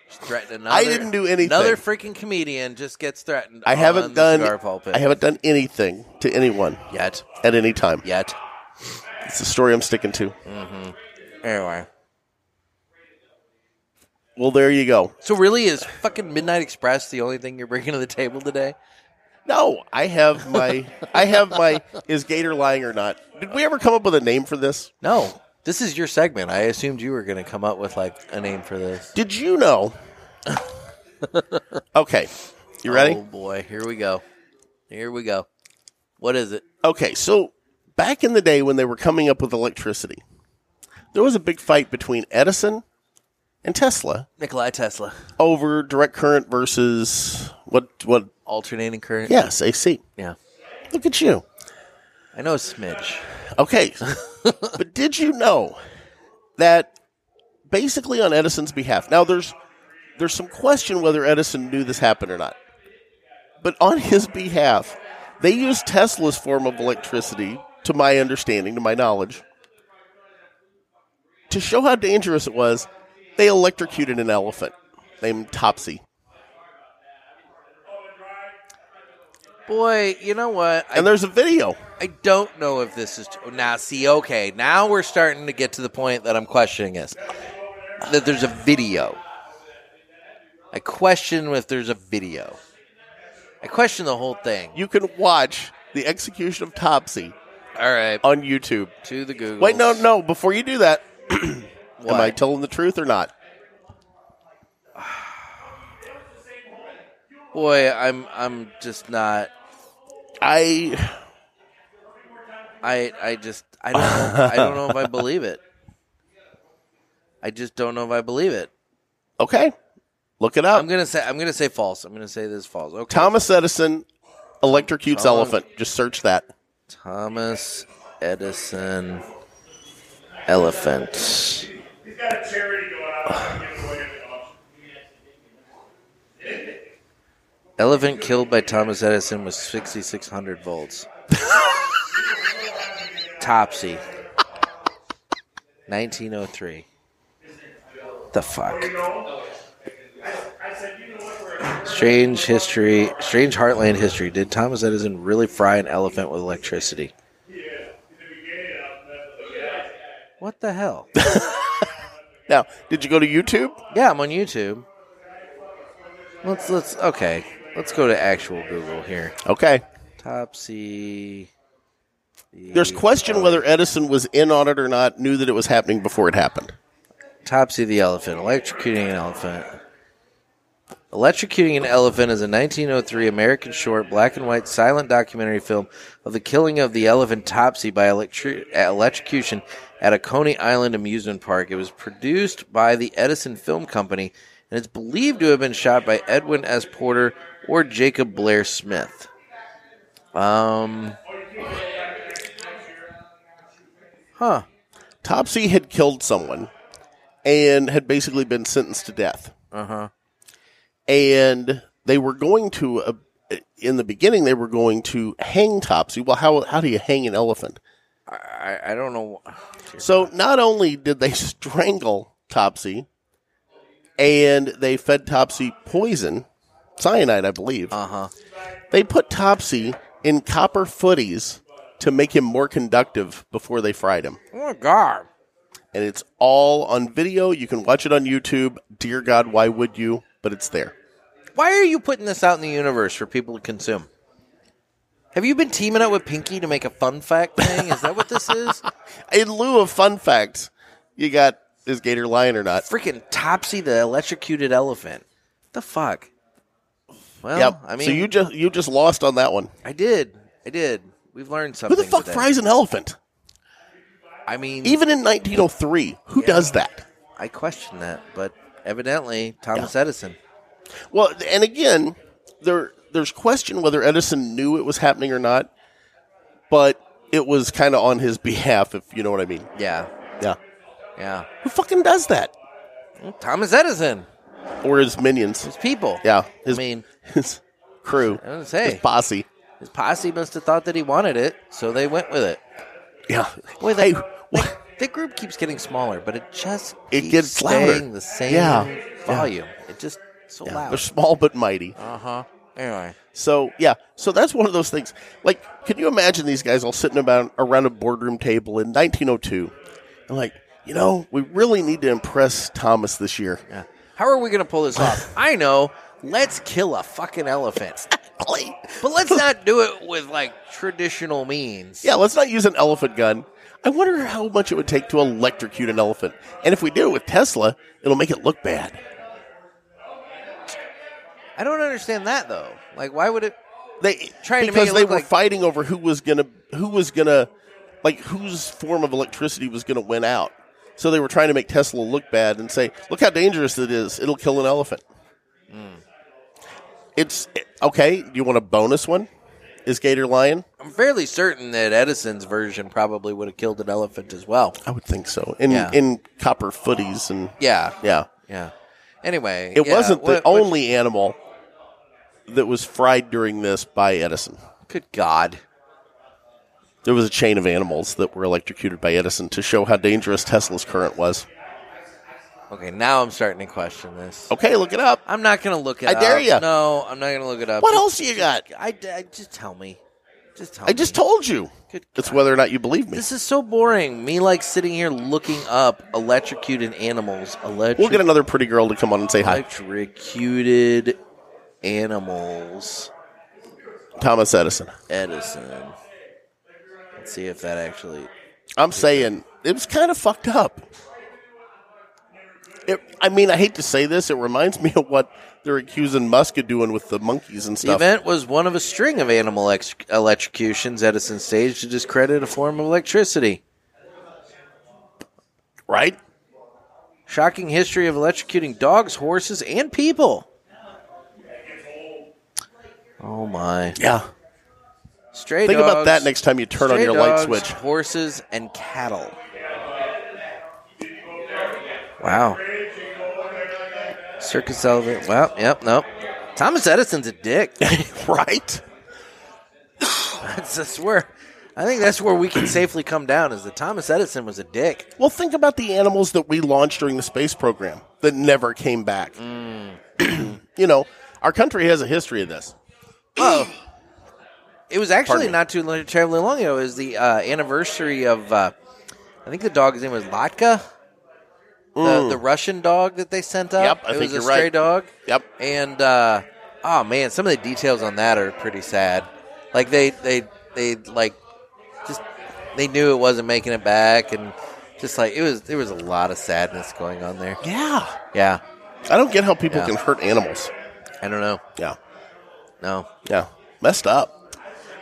Just threatened another.
I didn't do anything.
Another freaking comedian just gets threatened.
I
on
haven't
the
done.
Cigar pulpit.
I haven't done anything to anyone
yet.
at any time.
Yet.
It's the story I'm sticking to.
Anyway.
Well, there you go.
So really, is fucking Midnight Express the only thing you're bringing to the table today?
No, I have my. I have my. Is Gator lying or not? Did we ever come up with a name for this?
No, this is your segment. I assumed you were going to come up with like a name for this.
Did you know? okay, you ready?
Oh boy, here we go. Here we go. What is it?
Okay, so back in the day when they were coming up with electricity, there was a big fight between Edison and Tesla
Nikolai Tesla.
over direct current versus what what
Alternating current.
yes, AC.
Yeah.
Look at you.
I know a smidge.
Okay. but did you know that basically on Edison's behalf. Now there's there's some question whether Edison knew this happened or not. But on his behalf, they used Tesla's form of electricity to my understanding, to my knowledge, to show how dangerous it was. They electrocuted an elephant named Topsy.
Boy, you know what? I,
And there's a video.
I don't know if this is now. See, okay, now we're starting to get to the point that I'm questioning this. That there's a video. I question if there's a video. I question the whole thing.
You can watch the execution of Topsy
All right,
on YouTube.
to the Google.
Wait, no, no. Before you do that, am I
What?
telling the truth or not?
Boy, I'm I'm just not.
I
I I just I don't know, I don't know if I believe it. I just don't know if I believe it.
Okay, look it up.
I'm gonna say I'm gonna say false. I'm gonna say this is false. Okay.
Thomas Edison electrocutes elephant. Just search that.
Thomas Edison elephant.
He's got a charity going on. that he's giving away at the auction.
Elephant killed by Thomas Edison was 6600 volts. Topsy. 1903. The fuck.
I said, you know what? We're
Strange history, strange heartland history. Did Thomas Edison really fry an elephant with electricity? What the hell?
Now, did you go to YouTube?
yeah, I'm on YouTube. Let's let's okay. Let's go to actual Google here.
Okay.
Topsy.
There's question whether Edison was in on it or not, knew that it was happening before it happened.
Topsy the elephant, electrocuting an elephant. Electrocuting an Elephant is a 1903 American short black and white silent documentary film of the killing of the elephant Topsy by electri- electrocution at a Coney Island amusement park. It was produced by the Edison Film Company and it's believed to have been shot by Edwin S. Porter or Jacob Blair Smith. Um. Huh.
Topsy had killed someone and had basically been sentenced to death.
Uh huh.
And they were going to, uh, in the beginning, they were going to hang Topsy. Well, how, how do you hang an elephant?
I, I don't know.
So not only did they strangle Topsy, and they fed Topsy poison, cyanide, I believe.
Uh huh.
They put Topsy in copper footies to make him more conductive before they fried him.
Oh my god.
And it's all on video. You can watch it on YouTube. Dear God, why would you? But it's there.
Why are you putting this out in the universe for people to consume? Have you been teaming up with Pinky to make a fun fact thing? Is that what this is?
In lieu of fun facts, you got is Gator lying or not?
Freaking Topsy the electrocuted elephant. The fuck? Well,
Yep.
I mean,
so you just you just lost on that one.
I did. I did. We've learned
Who
something.
the fuck
today.
fries an elephant?
I mean,
Even in 1903, who does that?
I question that, but evidently Thomas Edison.
Well, and again, there there's question whether Edison knew it was happening or not, but it was kind of on his behalf, if you know what I mean.
Yeah.
Yeah.
Yeah.
Who fucking does that?
Thomas Edison.
Or his minions?
His people.
Yeah. His,
I mean,
his crew,
I was gonna say.
his posse.
his posse must have thought that he wanted it, so they went with it.
Yeah.
Boy,
Hey,
that,
wha-
that- that group keeps getting smaller, but it just
It
keeps
gets louder.
staying the same
Yeah.
volume. It just so
They're
loud.
small but mighty.
Uh huh. Anyway,
So yeah, so that's one of those things. Like, can you imagine these guys all sitting about around a boardroom table in 1902, and like, you know, we really need to impress Thomas this year.
yeah. How are we gonna pull this off? I know. Let's kill a fucking elephant, but let's not do it with like traditional means.
Yeah, let's not use an elephant gun. I wonder how much it would take to electrocute an elephant. And if we do it with Tesla, it'll make it look bad.
I don't understand that though. Like, why would it?
They
Trying to
because
make it
they
look
were
like-
fighting over who was gonna who was gonna like whose form of electricity was gonna win out. So they were trying to make Tesla look bad and say, "Look how dangerous it is. It'll kill an elephant."
Hmm.
It's okay. Do you want a bonus one? Is Gator lying?
I'm fairly certain that Edison's version probably would have killed an elephant as well.
I would think so. In
Yeah.
in copper footies and
Yeah.
yeah.
Yeah. Anyway,
It
yeah,
wasn't the
what- what-
only animal that was fried during this by Edison.
Good God.
There was a chain of animals that were electrocuted by Edison to show how dangerous Tesla's current was.
Okay, now I'm starting to question this.
Okay, look it up.
I'm not gonna look it
I
up.
dare ya.
No, I'm not gonna look it up.
What else you got?
I, I- just tell me. Just tell
I just
me.
told you.
Good
It's whether or not you believe me.
This is so boring. Me like sitting here looking up electrocuted animals. Electric,
We'll get another pretty girl to come on and say hi.
electrocuted animals.
Thomas Edison.
Edison. Let's see if that actually.
I'm saying it was kind of fucked up. It, I mean, I hate to say this. It reminds me of what they're accusing Musk of doing with the monkeys and
The
stuff.
event was one of a string of animal ex- electrocutions Edison staged to discredit a form of electricity.
Right?
Shocking history of electrocuting dogs, horses, and people. Oh my!
Yeah.
Stray
Think
dogs,
about that next time you turn on
stray
your
dogs,
light switch.
Horses and cattle. Wow. Circus elevator. Well, yep, nope. Thomas Edison's a dick.
right?
that's, that's where I think that's where we can safely come down is that Thomas Edison was a dick.
Well, think about the animals that we launched during the space program that never came back.
Mm.
you know, our country has a history of this.
It was actually
me.
not too lo- terribly long ago. It was the uh, anniversary of uh, I think the dog's name was Latka, the, the Russian dog that they sent up.
Mm. Yep, I
it was
think you're
a stray
right.
dog.
Yep.
And uh, oh man, some of the details on that are pretty sad. Like they they they like just they knew it wasn't making it back, and just like it was there was a lot of sadness going on there.
Yeah.
Yeah,
I don't get how people
Yeah.
can hurt animals.
I don't know.
Yeah.
No,
Yeah. Messed up.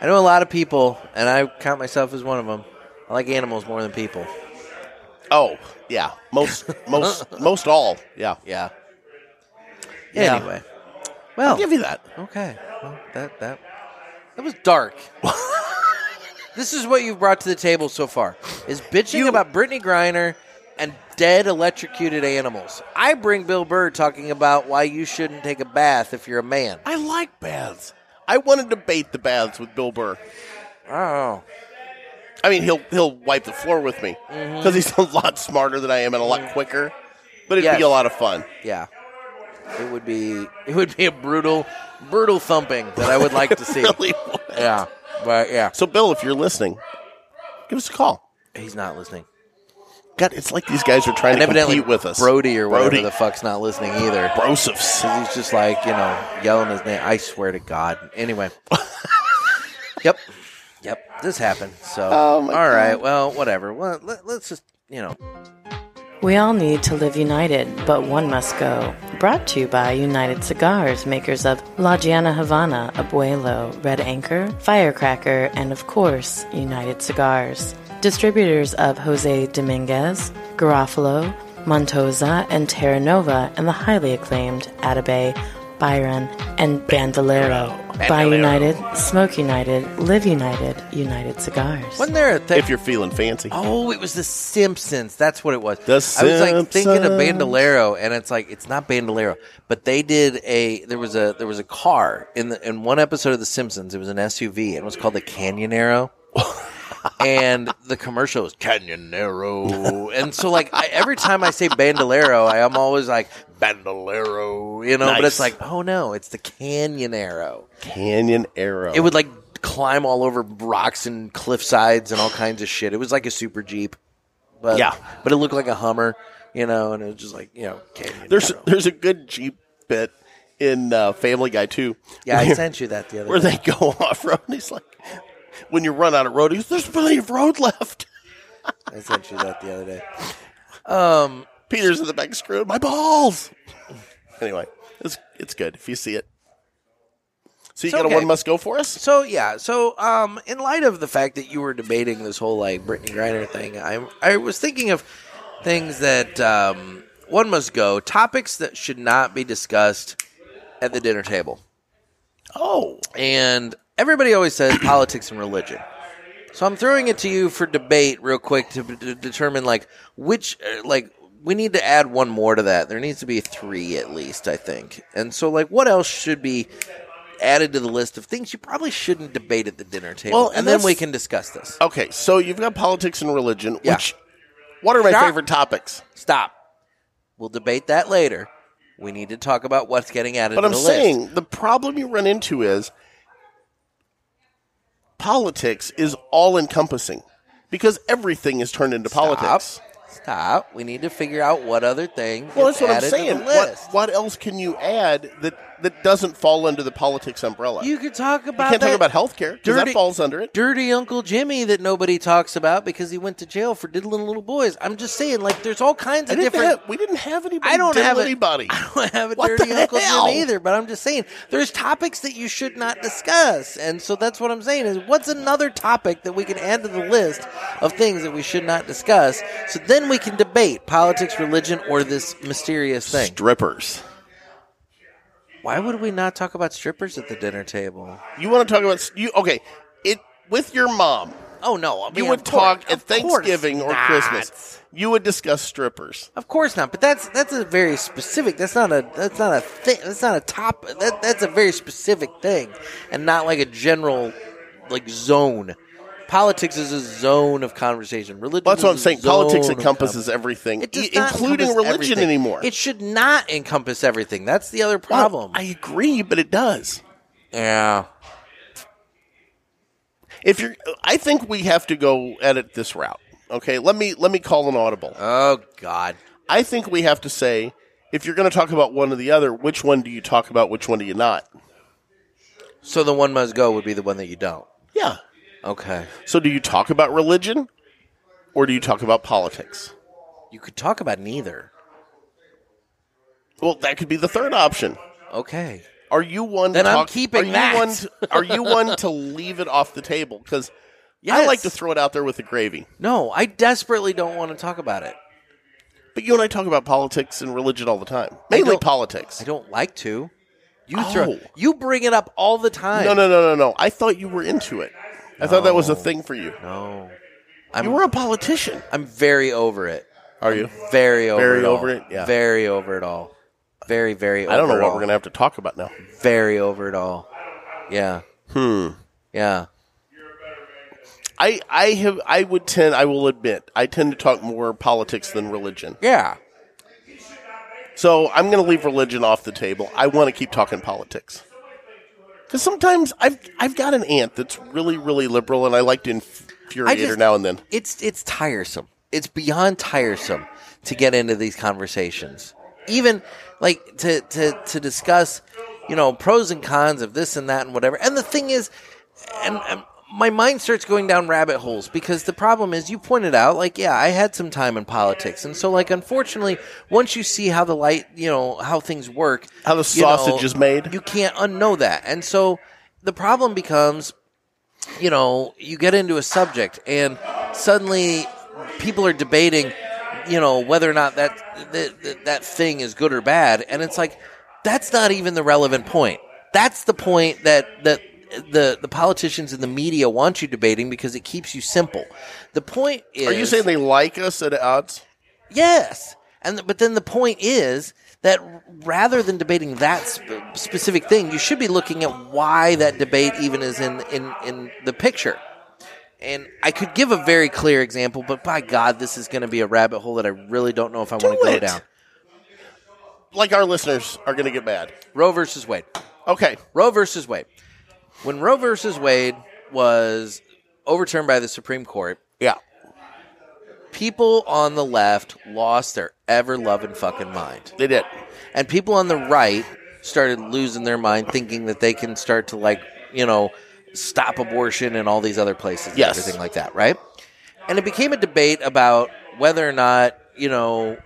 I know a lot of people, and I count myself as one of them. I like animals more than people.
Oh, yeah. Most most most all. Yeah.
Yeah.
Yeah.
Anyway, well,
I'll give you that.
okay. Well, that that that was dark. this is what you've brought to the table so far: is bitching about Brittany Griner and dead electrocuted animals. I bring Bill Burr talking about why you shouldn't take a bath if you're a man.
I like baths. I want to debate the baths with Bill Burr.
Oh,
I mean, he'll he'll wipe the floor with me
Mm-hmm.
because he's a lot smarter than I am and a lot quicker. But it'd
Yes.
be a lot of fun.
yeah. It would be it would be a brutal brutal thumping that I would like to see.
Really.
Yeah, but yeah.
So, Bill, if you're listening, give us a call.
He's not listening.
God, it's like these guys are trying
And
to
evidently,
compete with us.
Brody or whatever
Brody.
the fuck's not listening either.
Brosefs.
'Cause he's just like, you know, yelling his name. I swear to God. Anyway. yep. Yep. This happened. So, all right. Well, whatever. Well, let, let's just, you know.
We all need to live united, but one must go. Brought to you by United Cigars, makers of La Giana Havana, Abuelo, Red Anchor, Firecracker, and of course, United Cigars. Distributors of Jose Dominguez, Garofalo, Montosa, and Terra Nova, and the highly acclaimed Atabey, Byron, and Bandolero. Buy United, Smoke United, Live United, United Cigars.
Wasn't there a thing?
If you're feeling fancy.
Oh, it was The Simpsons. That's what it was.
The
I was like thinking of
Simpsons.
Bandolero, and it's like it's not Bandolero, but they did a there was a there was a car in the in one episode of The Simpsons. It was an SUV, and it was called the Canyonero. and the commercial was Canyonero, and so like I, every time I say Bandolero, I am always like Bandolero, you know. But it's
Nice.
like, oh no, it's the Canyonero.
Canyon Arrow.
It would like climb all over rocks and cliff sides and all kinds of shit. It was like a super jeep, but
Yeah.
but it looked like a Hummer, you know, and it was just like you know, canyon.
there's there's a good Jeep bit in uh, Family Guy too.
yeah, I
where,
sent you that the other
where
day.
they go off road. and He's like, when you run out of road, he's there's plenty of road left.
I sent you that the other day.
Peter's in the back screwing my balls. Anyway, it's it's good if you see it. So you got
okay.
a one must go for us.
So yeah, so um, in light of the fact that you were debating this whole like Brittany Griner thing, I I was thinking of things that um, one must go topics that should not be discussed at the dinner table.
Oh,
and everybody always says politics and religion. So I'm throwing it to you for debate real quick to, to determine like which uh, like we need to add one more to that. There needs to be 3 at least, I think. And so like what else should be added to the list of things you probably shouldn't debate at the dinner table?
Well,
and,
and
then
that's-
we can discuss this.
okay. So you've got politics and religion.
Yeah.
Which what are my
Stop.
favorite topics?
Stop. We'll debate that later. We need to talk about what's getting added
But
to
I'm
the
saying
list.
the problem you run into is politics is all encompassing because everything is turned into politics.
Stop. We need to figure out what other thing
Well,
gets
that's what I'm
added to the
saying.
list.
What, what else can you add that that doesn't fall under the politics umbrella.
You could talk about.
You can't
that
talk about healthcare because that
dirty-
falls under it.
Dirty Uncle Jimmy that nobody talks about because he went to jail for diddling little boys. I'm just saying, like, there's all kinds
I
of
didn't
different.
have- we didn't have anybody.
I don't
diddle
have a-
anybody.
I don't have a
What
dirty
the
Uncle
hell?
Jim either, but I'm just saying there's topics that you should not discuss, and so that's what I'm saying is what's another topic that we can add to the list of things that we should not discuss, so then we can debate politics, religion, or this mysterious thing.
Strippers.
Why would we not talk about strippers at the dinner table?
You want to talk about you? Okay, it with your mom.
Oh no, I
You
mean,
would
of course-
talk at
of course
Thanksgiving or
not.
Christmas. You would discuss strippers.
Of course not, but that's that's a very specific. That's not a that's not a thing. That's not a top. That that's a very specific thing, and not like a general like zone. Politics is a zone of conversation. Religion.
Well, that's what I'm
is a
saying. Politics
zone of
encompasses
conver-
everything,
It does
i-
not
including
encompass
religion
everything.
anymore.
It should not encompass everything. That's the other
Well,
problem.
I agree, but it does.
yeah.
If you're, I think we have to go at it this route. Okay, let me let me call an audible.
Oh God.
I think we have to say if you're going to talk about one or the other, which one do you talk about? Which one do you not?
So the one must go would be the one that you don't.
Yeah.
Okay.
So do you talk about religion, or do you talk about politics?
You could talk about neither.
Well, that could be the third option.
Okay.
Are you one?
Then
to
I'm
talk,
keeping
are you
that.
One to, are you one to leave it off the table? Because I
Yes.
like to throw it out there with the gravy.
No, I desperately don't want to talk about it.
But you and I talk about politics and religion all the time, mainly
don't-
politics.
I don't like to. You
Oh.
throw, you bring it up all the time.
No, no, no, no, no. I thought you were into it. I thought that was a thing for you.
no.
You were a politician.
I'm very over it.
Are you?
Very over
Very
it. all.
over it? Yeah.
Very over it all. Very very. Over
I don't know
it
what
all.
we're going to have to talk about now.
Very over it all. Yeah. Hmm. Yeah.
I, I have I would tend I will admit I tend to talk more politics than religion.
Yeah.
So I'm going to leave religion off the table. I want to keep talking politics. Because sometimes I've I've got an aunt that's really really liberal, and I like to
I
infuriate her
just
now and then.
It's it's tiresome. It's beyond tiresome to get into these conversations. Even like to to to discuss, you know, pros and cons of this and that and whatever. And the thing is, and. and my mind starts going down rabbit holes because the problem is you pointed out like yeah i had some time in politics and so like unfortunately once you see how the light you know how things work
How the
you know,
sausage is made.
you can't unknow that and so the problem becomes you know, you get into a subject and suddenly people are debating, you know, whether or not that that, that thing is good or bad, and it's like that's not even the relevant point. That's the point that that the the politicians and the media want you debating because it keeps you simple. The point is
Are you saying they like us at odds?
Yes. And but then the point is that rather than debating that sp- specific thing, you should be looking at why that debate even is in in in the picture. And I could give a very clear example, but by God, this is going to be a rabbit hole that I really don't know if I want to go
it.
down.
Like our listeners are going to get mad.
Roe versus Wade.
Okay,
Roe versus Wade. When Roe versus Wade was overturned by the Supreme Court,
yeah,
people on the left lost their ever loving fucking mind.
they did.
and people on the right started losing their mind thinking that they can start to like you know stop abortion and all these other places and
Yes.
everything like that right and it became a debate about whether or not you know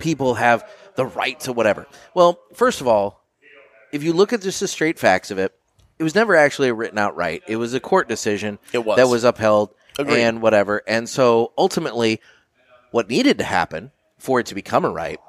people have the right to whatever well first of all if you look at just the straight facts of it it was never actually a written out right it was a court decision
It was.
that was upheld
Agreed.
and whatever and so ultimately what needed to happen for it to become a right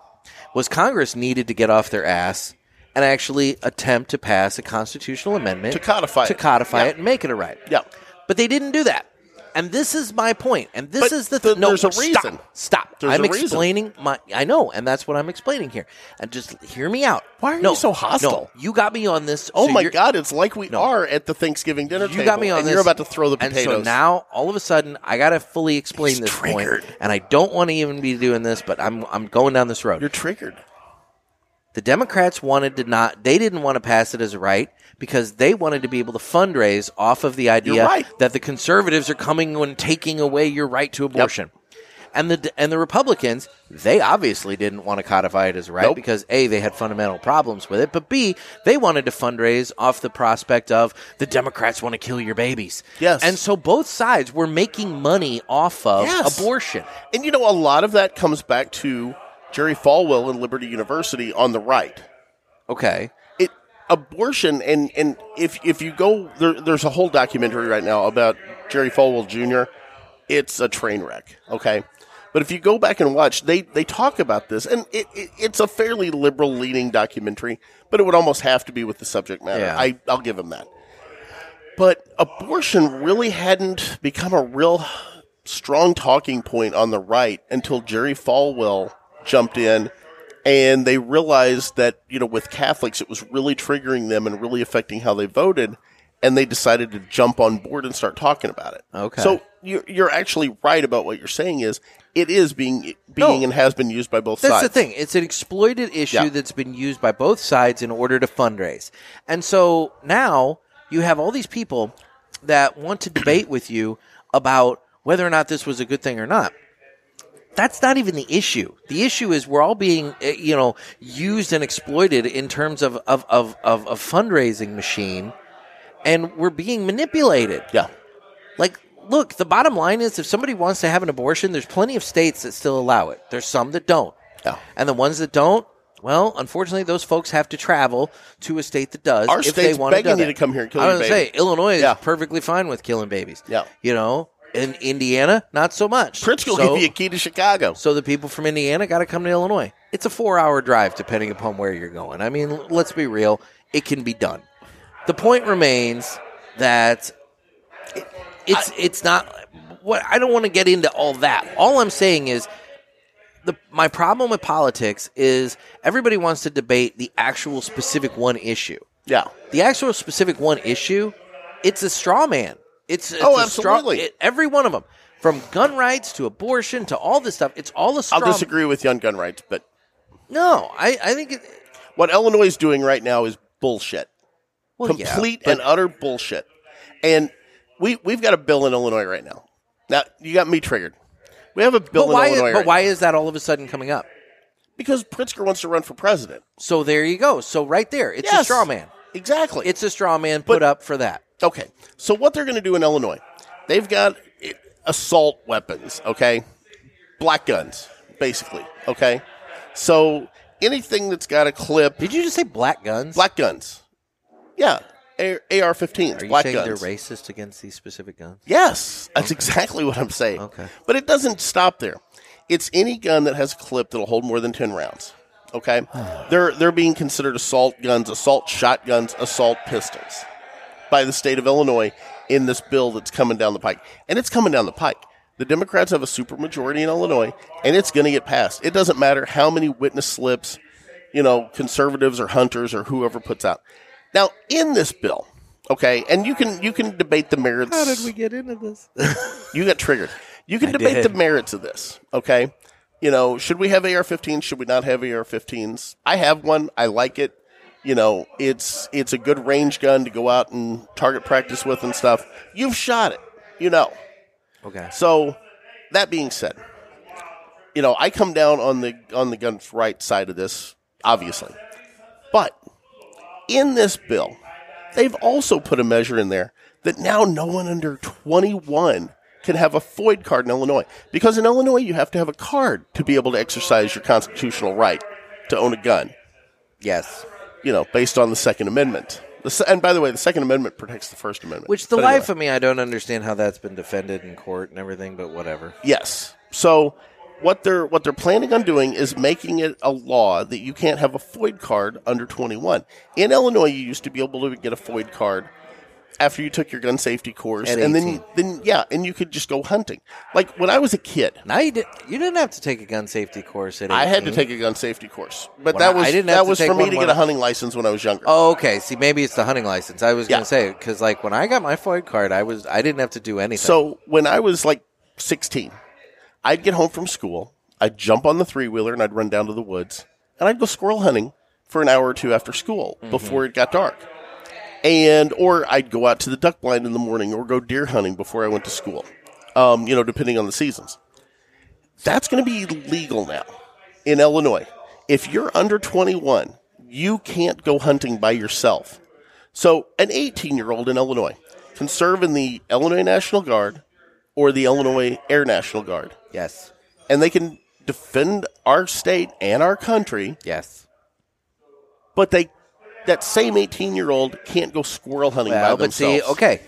was Congress needed to get off their ass and actually attempt to pass a constitutional amendment
To codify
to
it.
codify
Yeah.
it and make it a right.
Yeah.
But they didn't do that. And this is my point. And this
But
is the
th-
thing. No,
there's a
stop,
reason.
Stop.
There's
I'm
a reason.
explaining my. I know, and that's what I'm explaining here. And just hear me out.
Why are
No,
you so hostile?
No, you got me on this.
Oh
so
my
you're-
God! It's like we
No.
are at the Thanksgiving dinner
you
table.
got me on
and
this.
You're about to throw the
and
potatoes.
so now, all of a sudden, I got to fully explain
He's
this point,
triggered.
and I don't want to even be doing this, but I'm I'm going down this road.
you're triggered.
The Democrats wanted to not, they didn't want to pass it as a right because they wanted to be able to fundraise off of the idea
right.
that the conservatives are coming and taking away your right to abortion. And the and the Republicans, they obviously didn't want to codify it as a right
Nope.
because a they had fundamental problems with it, but b they wanted to fundraise off the prospect of the Democrats want to kill your babies.
Yes.
and so both sides were making money off of
Yes.
abortion.
And you know, a lot of that comes back to Jerry Falwell and Liberty University on the right.
Okay,
It abortion and and if if you go there, there's a whole documentary right now about Jerry Falwell Jr. It's a train wreck. Okay. But if you go back and watch, they, they talk about this, and it, it, it's a fairly liberal leaning documentary, but it would almost have to be with the subject matter.
Yeah.
I, I'll give him that. But abortion really hadn't become a real strong talking point on the right until Jerry Falwell jumped in and they realized that, you know, with Catholics, it was really triggering them and really affecting how they voted. And they decided to jump on board and start talking about it.
Okay.
So you're, you're actually right about what you're saying is it is being, being
No.
and has been used by both
That's
sides.
the thing. It's an exploited issue
Yeah.
that's been used by both sides in order to fundraise. And so now you have all these people that want to debate with you about whether or not this was a good thing or not. That's not even the issue. The issue is we're all being, eh, you know, used and exploited in terms of of of of a fundraising machine, and we're being manipulated.
Yeah.
Like, look, the bottom line is if somebody wants to have an abortion, there's plenty of states that still allow it. There's some that don't.
Yeah.
And the ones that don't, well, unfortunately, those folks have to travel to a state that does.
Our
if they
state's
want
begging
to,
you to come here and kill
I
your
was gonna
baby.
say, Illinois
Yeah.
is perfectly fine with killing babies.
Yeah.
You know, in Indiana, not so much. So-
Pritzker will give you a key to Chicago.
so the people from Indiana got to come to Illinois. It's a four hour drive, depending upon where you're going. I mean, l- let's be real, it can be done. The point remains that it- it's it's not what I don't want to get into all that. All I'm saying is the my problem with politics is everybody wants to debate the actual specific one issue.
Yeah.
The actual specific one issue, it's a straw man. It's, it's
Oh,
a straw-
absolutely.
it- every one of them, from gun rights to abortion to all this stuff, it's all a straw.
I'll disagree with you on gun rights, but
No, I, I think it,
what Illinois is doing right now is bullshit.
well, yeah,
Complete
but-
and utter bullshit. And we we've got a bill in Illinois right now. Now you got me triggered. We have a bill
but why?
in Illinois
but
right
why
now
is that all of a sudden coming up?
because Pritzker wants to run for president.
So there you go. So right there, it's a
Yes.
straw man.
Exactly.
It's a straw man put
But-
up for that.
Okay. So what they're going to do in Illinois, they've got i- assault weapons, okay? Black guns, basically, okay? So anything that's got a clip,
Did you just say black guns?
black guns. Yeah, AR-15s,
Are you
black
saying
guns.
they're racist against these specific guns?
Yes, that's exactly what I'm saying.
Okay.
But it doesn't stop there. It's any gun that has a clip that'll hold more than 10 rounds. Okay? they're they're being considered assault guns, assault shotguns, assault pistols by the state of Illinois in this bill that's coming down the pike. And it's coming down the pike. The Democrats have a supermajority in Illinois and it's going to get passed. It doesn't matter how many witness slips, you know, conservatives or hunters or whoever puts out. Now, in this bill, okay, and you can you can debate the merits
How did we get into this?
you got triggered. You can
I
debate
did.
the merits of this, okay? You know, should we have AR-15s? Should we not have AR-15s? I have one. I like it. You know, it's it's a good range gun to go out and target practice with and stuff. You've shot it, you know.
okay.
So, that being said, you know, I come down on the on the gun right side of this, obviously. But in this bill, they've also put a measure in there that now no one under 21 can have a FOID card in Illinois. Because in Illinois, you have to have a card to be able to exercise your constitutional right to own a gun,
Yes.
you know, based on the Second Amendment. The, se- and by the way, the Second Amendment protects the First Amendment.
Which the
But anyway.
life of me, I don't understand how that's been defended in court and everything, but whatever.
Yes. So what they're what they're planning on doing is making it a law that you can't have a FOID card under 21. In Illinois, you used to be able to get a FOID card after you took your gun safety course,
At
and
18.
then then yeah, and you could just go hunting. Like when I was a kid,
Now you did. You didn't have to take a gun safety course at. 18.
I had to take a gun safety course, but
Mm-hmm. When I-
that was
I didn't have
that
to
was
take
for me
one
to
when
get a
I-
hunting license when I was younger.
Oh, okay. See, maybe it's the hunting license. I was
Yeah.
gonna say because, like, when I got my Floyd card, I was I didn't have to do anything.
So when I was like 16, I'd get home from school, I'd jump on the three wheeler and I'd run down to the woods and I'd go squirrel hunting for an hour or two after school before it got dark. And or I'd go out to the duck blind in the morning or go deer hunting before I went to school. Um, you know, depending on the seasons. That's going to be legal now in Illinois. If you're under 21, you can't go hunting by yourself. So, an 18 year old in Illinois can serve in the Illinois National Guard or the Illinois Air National Guard,
Yes.
and they can defend our state and our country,
Yes.
but they that same 18 year old can't go squirrel hunting
Well,
by
but
themselves.
see, okay,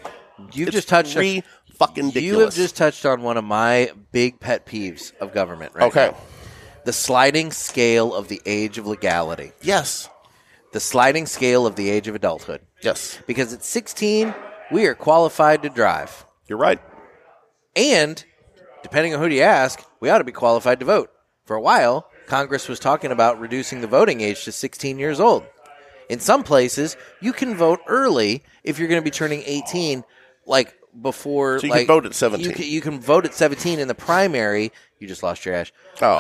you
It's
just touched.
re- fucking
You have
ridiculous.
just touched on one of my big pet peeves of government. Right
Okay.
now. The sliding scale of the age of legality.
Yes.
The sliding scale of the age of adulthood.
Yes.
Because at 16, we are qualified to drive.
You're right.
And depending on who you ask, we ought to be qualified to vote. For a while, Congress was talking about reducing the voting age to 16 years old. In some places, you can vote early if you're going to be turning 18, like before.
So you can
like,
vote at 17.
You can, you can vote at 17 in the primary. You just lost your ash.
Oh.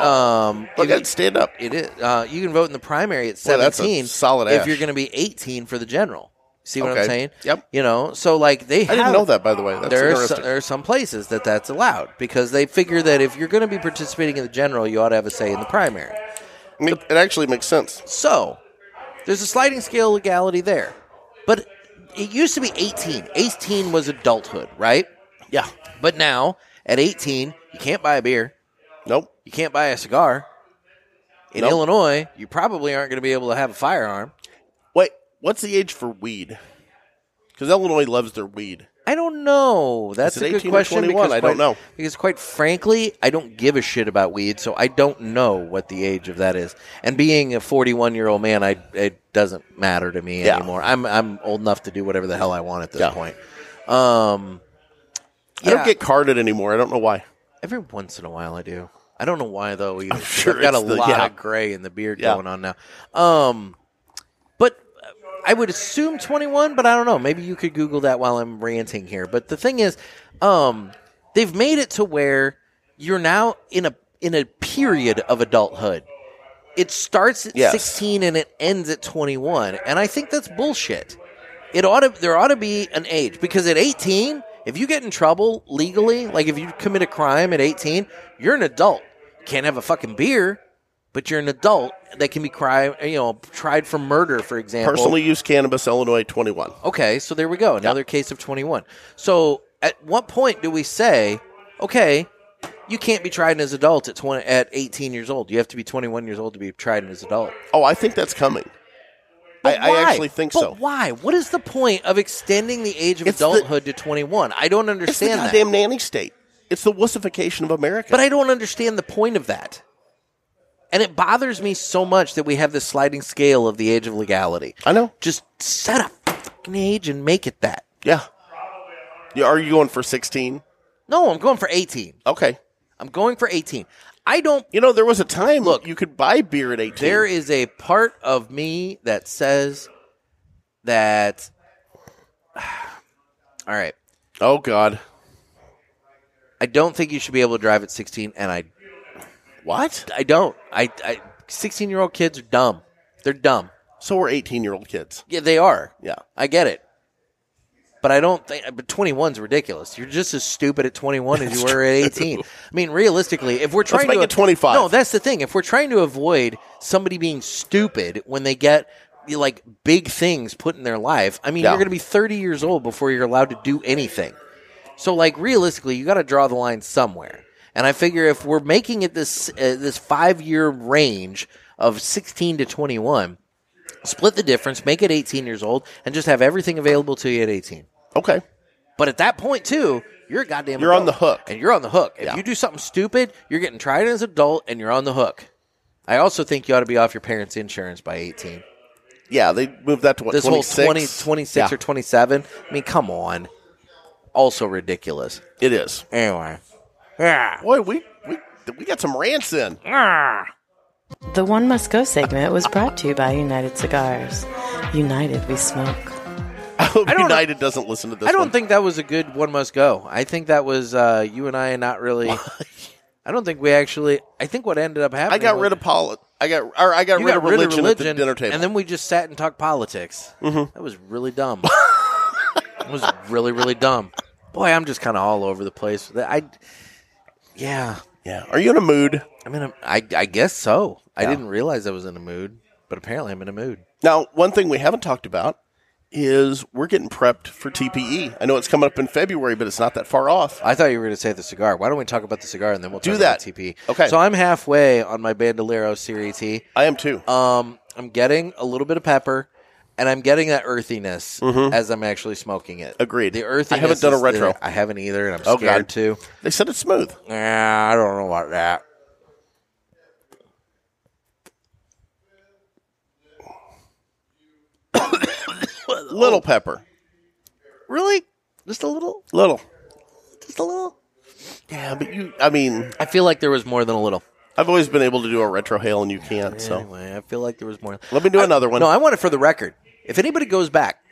um,
Look
if you-
at stand up.
it is. Uh, you can vote in the primary at
Boy, that's a
17.
solid
If
ash.
you're going to be 18 for the general. See what I'm
Okay.
saying?
Yep.
You know, so like they
I didn't
have-
know that, by the way. That's
there are,
interesting.
some, there are some places that that's allowed because they figure that if you're going to be participating in the general, you ought to have a say in the primary.
I mean, it actually makes sense.
So there's a sliding scale legality there. But it used to be 18. 18 was adulthood, right?
Yeah.
But now at 18, you can't buy a beer.
Nope.
You can't buy a cigar. In
Nope.
Illinois, you probably aren't going to be able to have a firearm.
Wait, what's the age for weed? Because Illinois loves their weed.
I don't know. That's
it
a good
18 or
question.
21?
because
I don't
quite-
know.
Because quite frankly, I don't give a shit about weed, so I don't know what the age of that is. And being a 41 year old man, I it doesn't matter to me
Yeah.
anymore. I'm I'm old enough to do whatever the hell I want at this
Yeah.
point. Um,
I
Yeah.
don't get carded anymore. I don't know why.
every once in a while, I do. I don't know why though. Either.
sure
I've got a
it's the-
lot
yeah.
of gray in the beard
Yeah.
going on now. Um, but uh, I would assume 21, but I don't know. Maybe you could Google that while I'm ranting here. But the thing is, um, they've made it to where you're now in a in a period of adulthood. It starts at
Yes.
16 and it ends at 21, and I think that's bullshit. It ought to there ought to be an age because at 18, if you get in trouble legally, like if you commit a crime at 18, you're an adult. You can't have a fucking beer, but you're an adult that can be crime, you know, tried for murder, for example.
Personally use cannabis, Illinois, 21.
Okay, so there we go. Another case of 21. So at what point do we say, okay, you can't be tried as adult at 20, at 18 years old. You have to be 21 years old to be tried as adult.
Oh, I think that's coming. I,
But
I
why?
actually think
But
so.
why? What is the point of extending the age of
It's the-
adulthood to 21? I don't
It's the
understand that.
goddamn nanny state. It's the wussification of America.
But I don't understand the point of that. And it bothers me so much that we have this sliding scale of the age of legality.
I know.
Just set a fucking age and make it that.
Yeah. yeah. Are you going for 16?
No, I'm going for 18.
Okay.
I'm going for 18. I don't.
You know, there was a time Look, you could buy beer at 18.
There is a part of me that says that. All right.
oh, God.
I don't think you should be able to drive at 16, and I,
What?
I don't. I, I 16 year old kids are dumb. They're dumb.
So we're 18 year old kids.
Yeah, they are.
Yeah.
I get it. But I don't think. But 21's ridiculous. You're just as stupid at 21 as you were at 18. I mean, realistically, if we're trying
make
to
it 25.
no, that's the thing. If we're trying to avoid somebody being stupid when they get you know, like big things put in their life, I mean,
Yeah.
you're going to be 30 years old before you're allowed to do anything. So, like realistically, you got to draw the line somewhere. And I figure if we're making it this uh, this five year range of 16 to 21, split the difference, make it 18 years old, and just have everything available to you at 18.
Okay.
But at that point, too, you're a goddamn.
You're on
adult.
the hook.
and you're on the hook. If
Yeah.
you do something stupid, you're getting tried as an adult, and you're on the hook. I also think you ought to be off your parents' insurance by 18.
Yeah, they moved that to what,
This
26?
whole 20, 26
Yeah,
or 27. I mean, come on. Also ridiculous.
It is.
Anyway. Yeah.
Boy, we, we, we got some rants in.
The One Must Go segment was brought to you by United Cigars. United, we smoke.
I hope
don't know-
United doesn't listen to this
I don't
one.
think that was a good one must go. I think that was uh, you and I not really. I don't think we actually. I think what ended up happening.
I got
was-
rid of poli- I got, or I got,
You
rid,
got
of religion at the dinner table. Mm-hmm.
and then we just sat and talked politics. That was really dumb. it was really really dumb. Boy, I'm just kind of all over the place. That I, yeah,
Yeah. Are you in a mood?
I mean, I, I guess so. I didn't realize I was in a mood, but apparently I'm in a mood.
Now, one thing we haven't talked about is we're getting prepped for TPE. I know it's coming up in February, but it's not that far off.
I thought you were going to say the cigar. Why don't we talk about the cigar and then we'll
Do
talk about
that.
TP?
Okay.
So I'm halfway on my Bandolero Serie T.
I am too.
Um, I'm getting a little bit of pepper, and I'm getting that earthiness as I'm actually smoking it.
Mm-hmm. Agreed.
The
I
earthiness.
haven't done a
is
retro.
there. I haven't either, and I'm
Oh,
scared
God.
to.
they said it's smooth.
Nah, I don't know about that.
Little pepper.
Really? Just a little?
Little.
Just a little?
Yeah, but you, I mean,
I feel like there was more than a little.
I've always been able to do a retro hail and you can't, so.
Anyway, I feel like there was more.
Let me do
I-
another one.
No, I want it for the record. If anybody goes back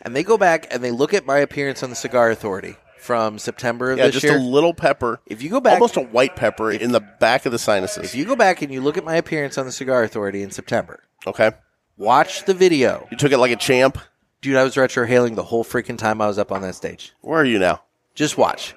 and they go back and they look at my appearance on the Cigar Authority from September of
Yeah,
this
just
year,
a little pepper.
If you go back-
almost a white pepper in the back of the sinuses.
if you go back and you look at my appearance on the Cigar Authority in September,
okay,
watch the video.
you took it like a champ.
Dude, I was retrohaling the whole freaking time I was up on that stage.
Where are you now?
Just watch.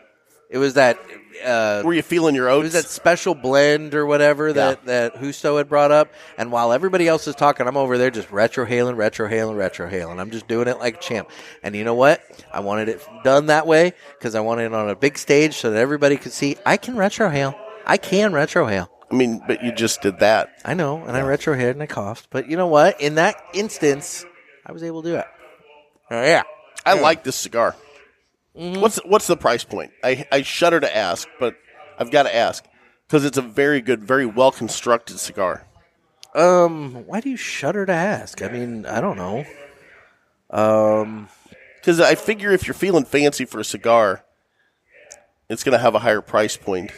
It was that uh,
Were you feeling your
it was
oats?
that special blend or whatever that that Husto had brought up. And while everybody else is talking, I'm over there just retrohaling, retrohaling, retrohaling. I'm just doing it like a champ. And you know what? I wanted it done that way because I wanted it on a big stage so that everybody could see I can retrohale. I can retrohale.
I mean, but you just did that.
I know, and I retrohaled and I coughed. But you know what? In that instance, I was able to do it. Oh, yeah. Mm-hmm.
I like this cigar. What's what's the price point? I I shudder to ask, but I've got to ask because it's a very good, very well constructed cigar.
Um, why do you shudder to ask? I mean, I don't know.
Because I figure if you're feeling fancy for a cigar, it's going to have a higher price point,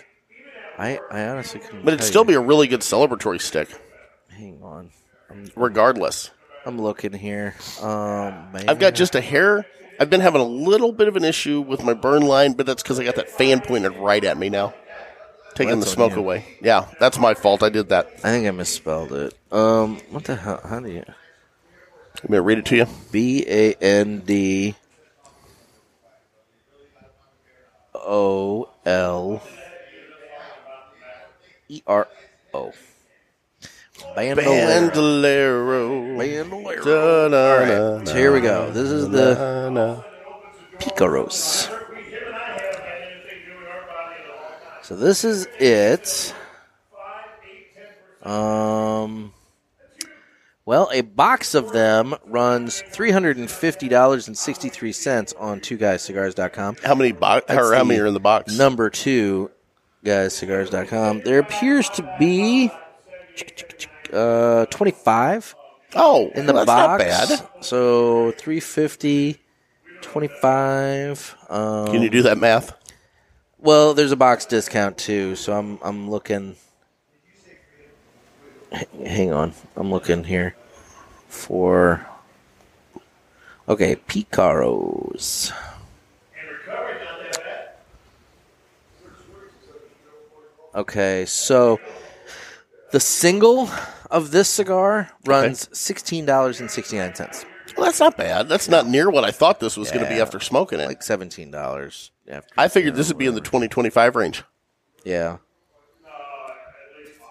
I, I honestly couldn't.
but it'd
tell
still
you.
be a really good celebratory stick,
Hang on.
regardless.
I'm looking here. Um, man.
I've got just a hair. I've been having a little bit of an issue with my burn line, but that's because I got that fan pointed right at me now, taking
Well,
the
that's on
smoke
you.
away. Yeah, that's my fault. I did that.
I think I misspelled it. Um, what the hell? How do you?
Let me read it to you.
B a n d o l e r o. Bandolero.
Bandolero.
Bandolero.
Da-na-na-na.
So here we go. This is the Picaros. So this is it. Um, well, a box of them runs $350.63 on two twoguyscigars.com.
How many box? Or how many are in the box?
Number two, guyscigars.com. There appears to be uh, 25
Oh,
in the
well, that's
box.
Not bad.
So 350 25 um,
Can you do that math?
well, there's a box discount too, so I'm I'm looking. H- hang on, I'm looking here for. Okay, Picaros. Okay, so the single of this cigar runs sixteen dollars and sixty nine cents,
Well, that's not bad. That's not near what I thought this was going to be
Yeah.
after smoking it.
like seventeen dollars after.
I figured this would be in the 20 25 range.
Yeah,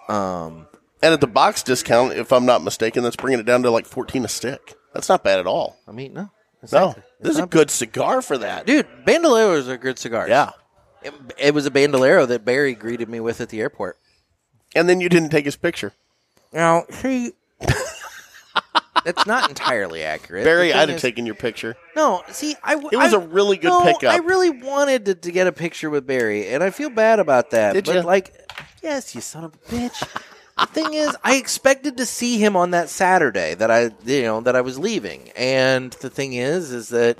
And at the box discount, if I'm not mistaken, that's bringing it down to like 14 a stick. That's not bad at all.
I mean no,
No, this is a good cigar for that.
dude. Bandoleros are good cigars.
Yeah.
It, it was a bandolero that Barry greeted me with at the airport.
And then you didn't take his picture.
Now, he. That's not entirely accurate.
Barry,
The thing
I'd have
is-
taken your picture.
No, see, I. w-
It was
I-
a really good
no,
pickup.
I really wanted to, to get a picture with Barry, and I feel bad about that.
Did
but,
ya?
like, yes, you son of a bitch. the thing is, I expected to see him on that Saturday that I, you know, that I was leaving, and the thing is, is that.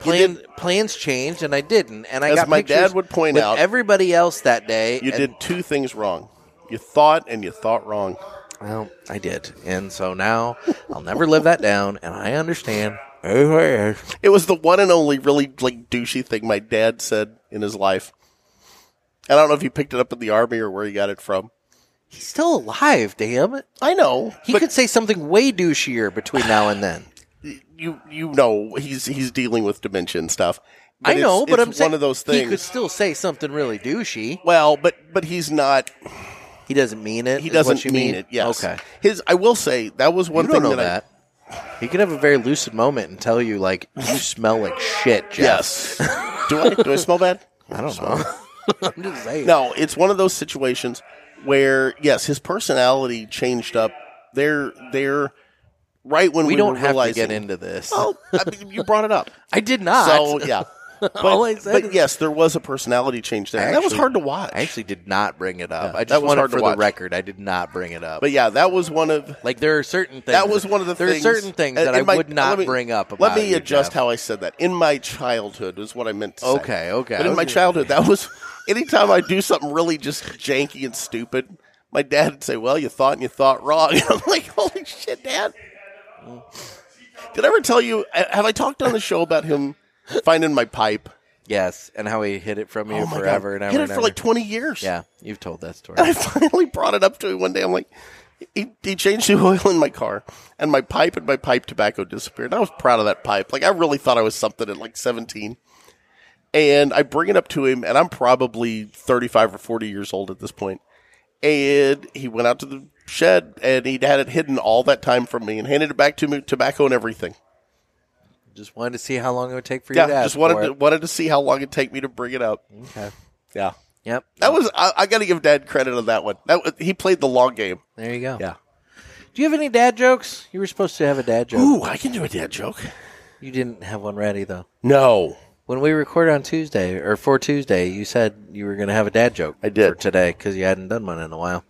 Plan, plans changed and I didn't, and I
As
got
my dad
pictures
would point
with
out,
everybody else that day.
You
and-
did two things wrong. You thought and you thought wrong.
Well, I did. And so now I'll never live that down, and I understand. Hey, hey, hey.
It was the one and only really like douchey thing my dad said in his life. And I don't know if he picked it up in the army or where he got it from.
He's still alive, damn it.
I know.
He
but
could say something way douchier between now and then.
you you know he's he's dealing with dementia and stuff.
I know,
it's-
but
it's
I'm saying
one of those
He could
things.
still say something really douchey.
Well, but but he's not.
He doesn't mean it.
He
is what
doesn't
you
mean, it. Yes.
Okay.
His. I will say that was one
you
thing
don't know
that, I-
that. He could have a very lucid moment and tell you like you smell like shit, Jeff.
Yes. do I do I smell bad?
I don't know. I'm just saying.
No, it's one of those situations where yes, his personality changed up. They're they're right when
we,
we,
don't
were
have to
realizing,
get into this.
Well, Oh, I mean, you brought it up,
I did not.
so yeah. But,
Ah, All I said
but
is-
yes, there was a personality change there. and that was
Actually-
hard to watch.
I actually did not bring it up. I
Yeah, that
just
was
want it
hard to
for the
watch.
record. I did not bring it up.
but yeah, that was one of
like there are certain things
that was one of the
there
things.
are certain things
and-
that I
and my-
would not
let me-
bring up. About
let me
you,
adjust
Jeff.
how I said that. In my childhood is what I meant to say.
Okay, okay.
But
I
in
was
my
gonna-
childhood, that was anytime I do something really just janky and stupid. My dad would say, "Well, you thought and you thought wrong." And I'm like, "Holy shit, Dad!"
Mm.
Did I ever tell you? Have I talked on the show about him finding my pipe?
Yes, and how he hid it from you
Oh my God.
forever and ever.
Hid it
and
for like
ever.
20 years.
Yeah, you've told that story.
And I finally brought it up to him one day. I'm like, he, he changed the oil in my car, and my pipe and my pipe tobacco disappeared. I was proud of that pipe. Like, I really thought I was something at like 17. And I bring it up to him, and I'm probably 35 or 40 years old at this point. And he went out to the shed, and he'd had it hidden all that time from me and handed it back to me, tobacco and everything.
just wanted to see how long it would take for you to
Yeah,
ask
just wanted
for
to,
it.
wanted to see how long it'd take me to bring it up.
Okay.
Yeah.
Yep.
That was, I, I got to give dad credit on that one. That was, He played the long game.
There you go.
Yeah.
Do you have any dad jokes? You were supposed to have a dad joke.
Ooh, I can do a dad joke.
You didn't have one ready though.
No.
When we recorded on Tuesday or for Tuesday, you said you were going to have a dad joke.
I did.
for today because you hadn't done one in a while.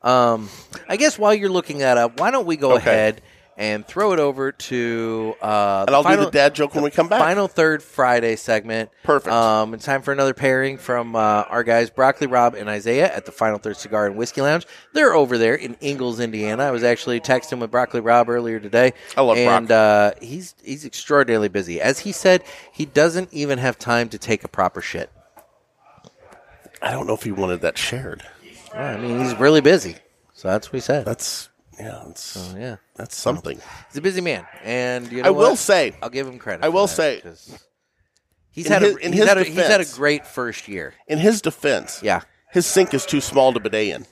Um, I guess while you're looking that up, why don't we go
Okay.
ahead and throw it over to uh,
And I'll do the dad joke when we come back.
Final third Friday segment.
Uh, Perfect.
Um, it's time for another pairing from uh, our guys, Broccoli Rob and Isaiah, at the Final Third Cigar and Whiskey Lounge. They're over there in Ingalls, Indiana. I was actually texting with Broccoli Rob earlier today.
I love
and,
Brock.
uh, he's he's extraordinarily busy. As he said, he doesn't even have time to take a proper shit.
I don't know if he wanted that shared.
Well, I mean, he's really busy. So that's what he said.
That's Oh, yeah, that's
yeah.
that's something.
He's a busy man, and you know
I will
what?
say-
I'll give him credit.
I
for
will
that,
say-
'cause he's
In
had
his-
a,
in
he's
his
had a he's had a
defense-
great first year.
In his defense,
Yeah.
his sink is too small to bidet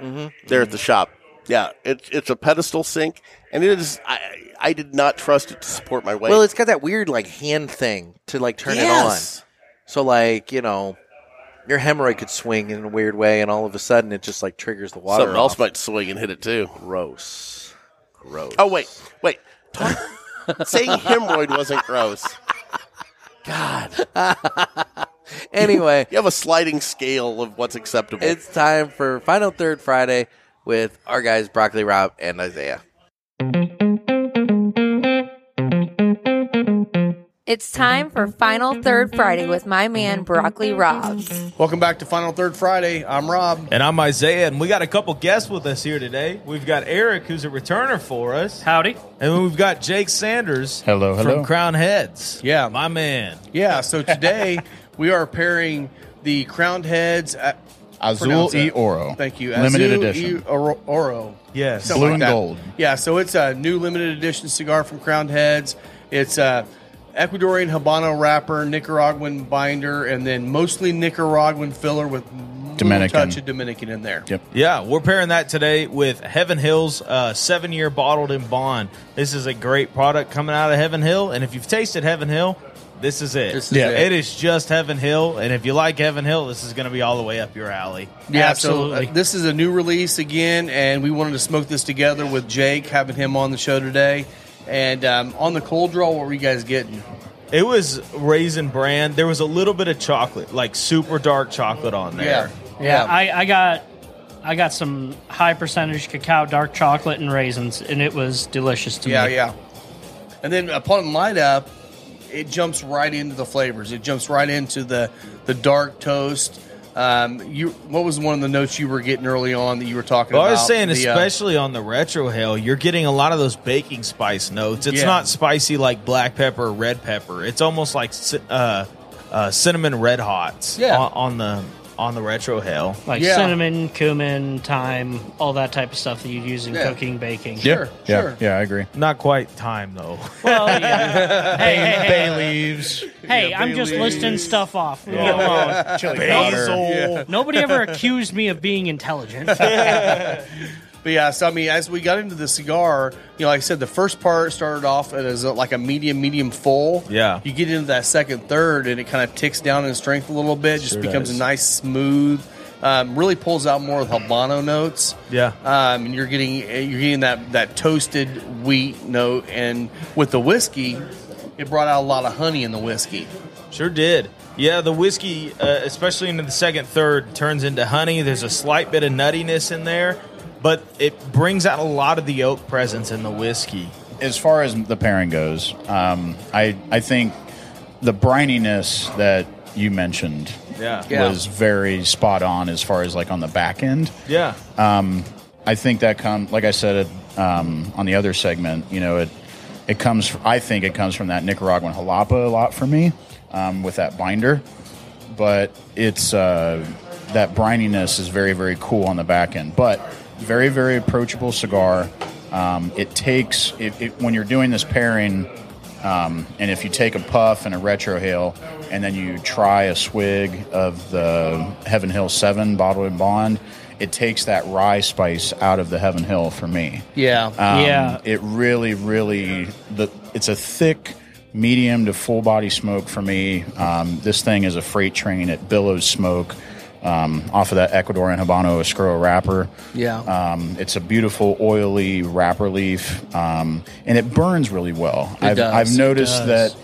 in. There at the shop, yeah, it's it's a pedestal sink, and it is. I I did not trust it to support my weight.
Well, it's got that weird like hand thing to like turn it
Yes.
on. So like you know, your hemorrhoid could swing in a weird way, and all of a sudden it just like triggers the water.
Something else
off.
might swing and hit it too.
gross, gross.
Oh wait, wait. Talk- saying hemorrhoid wasn't gross. God,
Anyway,
you have a sliding scale of what's acceptable.
it's time for final third Friday with our guys Broccoli Rob and Isaiah.
It's time for Final Third Friday with my man Broccoli Rob.
Welcome back to Final Third Friday. I'm Rob.
And I'm Isaiah, and we got a couple guests with us here today. We've got Eric, who's a returner for us,
Howdy.
and we've got Jake Sanders.
Hello, hello.
From Crown Heads.
Yeah.
My man.
Yeah, so today we are pairing the crowned heads at
Azul
pronounce
E
that.
Oro.
Thank you.
Limited
Azul
edition.
E Oro. Oro.
Yes.
Something
Blue
like
and
that.
gold.
Yeah, so it's a new limited edition cigar from Crowned Heads. It's a Ecuadorian Habano wrapper, Nicaraguan binder, and then mostly Nicaraguan filler with little
Dominican.
touch of Dominican in there.
Yep.
Yeah, we're pairing that today with Heaven Hill's uh, seven year bottled in bond. This is a great product coming out of Heaven Hill, and if you've tasted Heaven Hill, this is it.
This is Yeah.
It
it.
is just Heaven Hill, and if you like Heaven Hill, this is going to be all the way up your alley.
Yeah, So,
Absolutely.
uh, this is a new release again, and we wanted to smoke this together with Jake, having him on the show today. And um, on the cold draw, what were you guys getting?
It was raisin bran. There was a little bit of chocolate, like super dark chocolate on there.
yeah.
I, I got I got some high percentage cacao, dark chocolate, and raisins, and it was delicious to
yeah,
me.
yeah. And then upon light up, it jumps right into the flavors. It jumps right into the the dark toast. Um, you what was one of the notes you were getting early on that you were talking
Well,
about?
I was saying,
The, uh,
especially on the retro hail, you're getting a lot of those baking spice notes. It's
Yeah.
not spicy like black pepper or red pepper. It's almost like ci- uh, uh, cinnamon red hots
Yeah.
on, on the on the retro hell.
Like cinnamon, cumin, thyme, all that type of stuff that you use in
Yeah.
cooking, baking.
yeah, yeah, I agree.
Not quite time though.
Well, yeah. hey, hey, hey.
bay leaves.
Hey,
Yeah,
I'm
bay
just
leaves.
listing stuff off. Leave me
Yeah.
alone.
Chili Basil. powder. Yeah.
Nobody ever accused me of being intelligent.
But yeah, so I mean, as we got into the cigar, you know, like I said, the first part started off as a, like a medium, medium full.
Yeah.
You get into that second, third, and it kind of ticks down in strength a little bit. Just
Sure
becomes
does.
a nice, smooth. Um, really pulls out more of the habano notes.
Yeah.
Um, and you're getting you're getting that that toasted wheat note, and with the whiskey, it brought out a lot of honey in the whiskey.
Sure did. Yeah, the whiskey, uh, especially into the second third, turns into honey. There's a slight bit of nuttiness in there, but it brings out a lot of the oak presence in the whiskey.
as far as the pairing goes, um, I I think the brininess that you mentioned
Yeah. Yeah.
was very spot on as far as like on the back end.
Yeah.
Um, I think that come like I said it, um, on the other segment. You know, it it comes. I think it comes from that Nicaraguan jalapa a lot for me um, with that binder, but it's uh, that brininess is very very cool on the back end, but very very approachable cigar. Um, it takes it, it, when you're doing this pairing. Um, and if you take a puff and a retrohale, and then you try a swig of the Heaven Hill Seven Bottled and Bond, it takes that rye spice out of the Heaven Hill for me.
Yeah.
Um, It really, really the it's a thick, medium to full body smoke for me. Um, this thing is a freight train. It billows smoke um, off of that Ecuadorian Habano Oscuro wrapper.
Yeah.
Um, it's a beautiful oily wrapper leaf, um, and it burns really well.
It
I've,
does.
I've
It
noticed
does.
that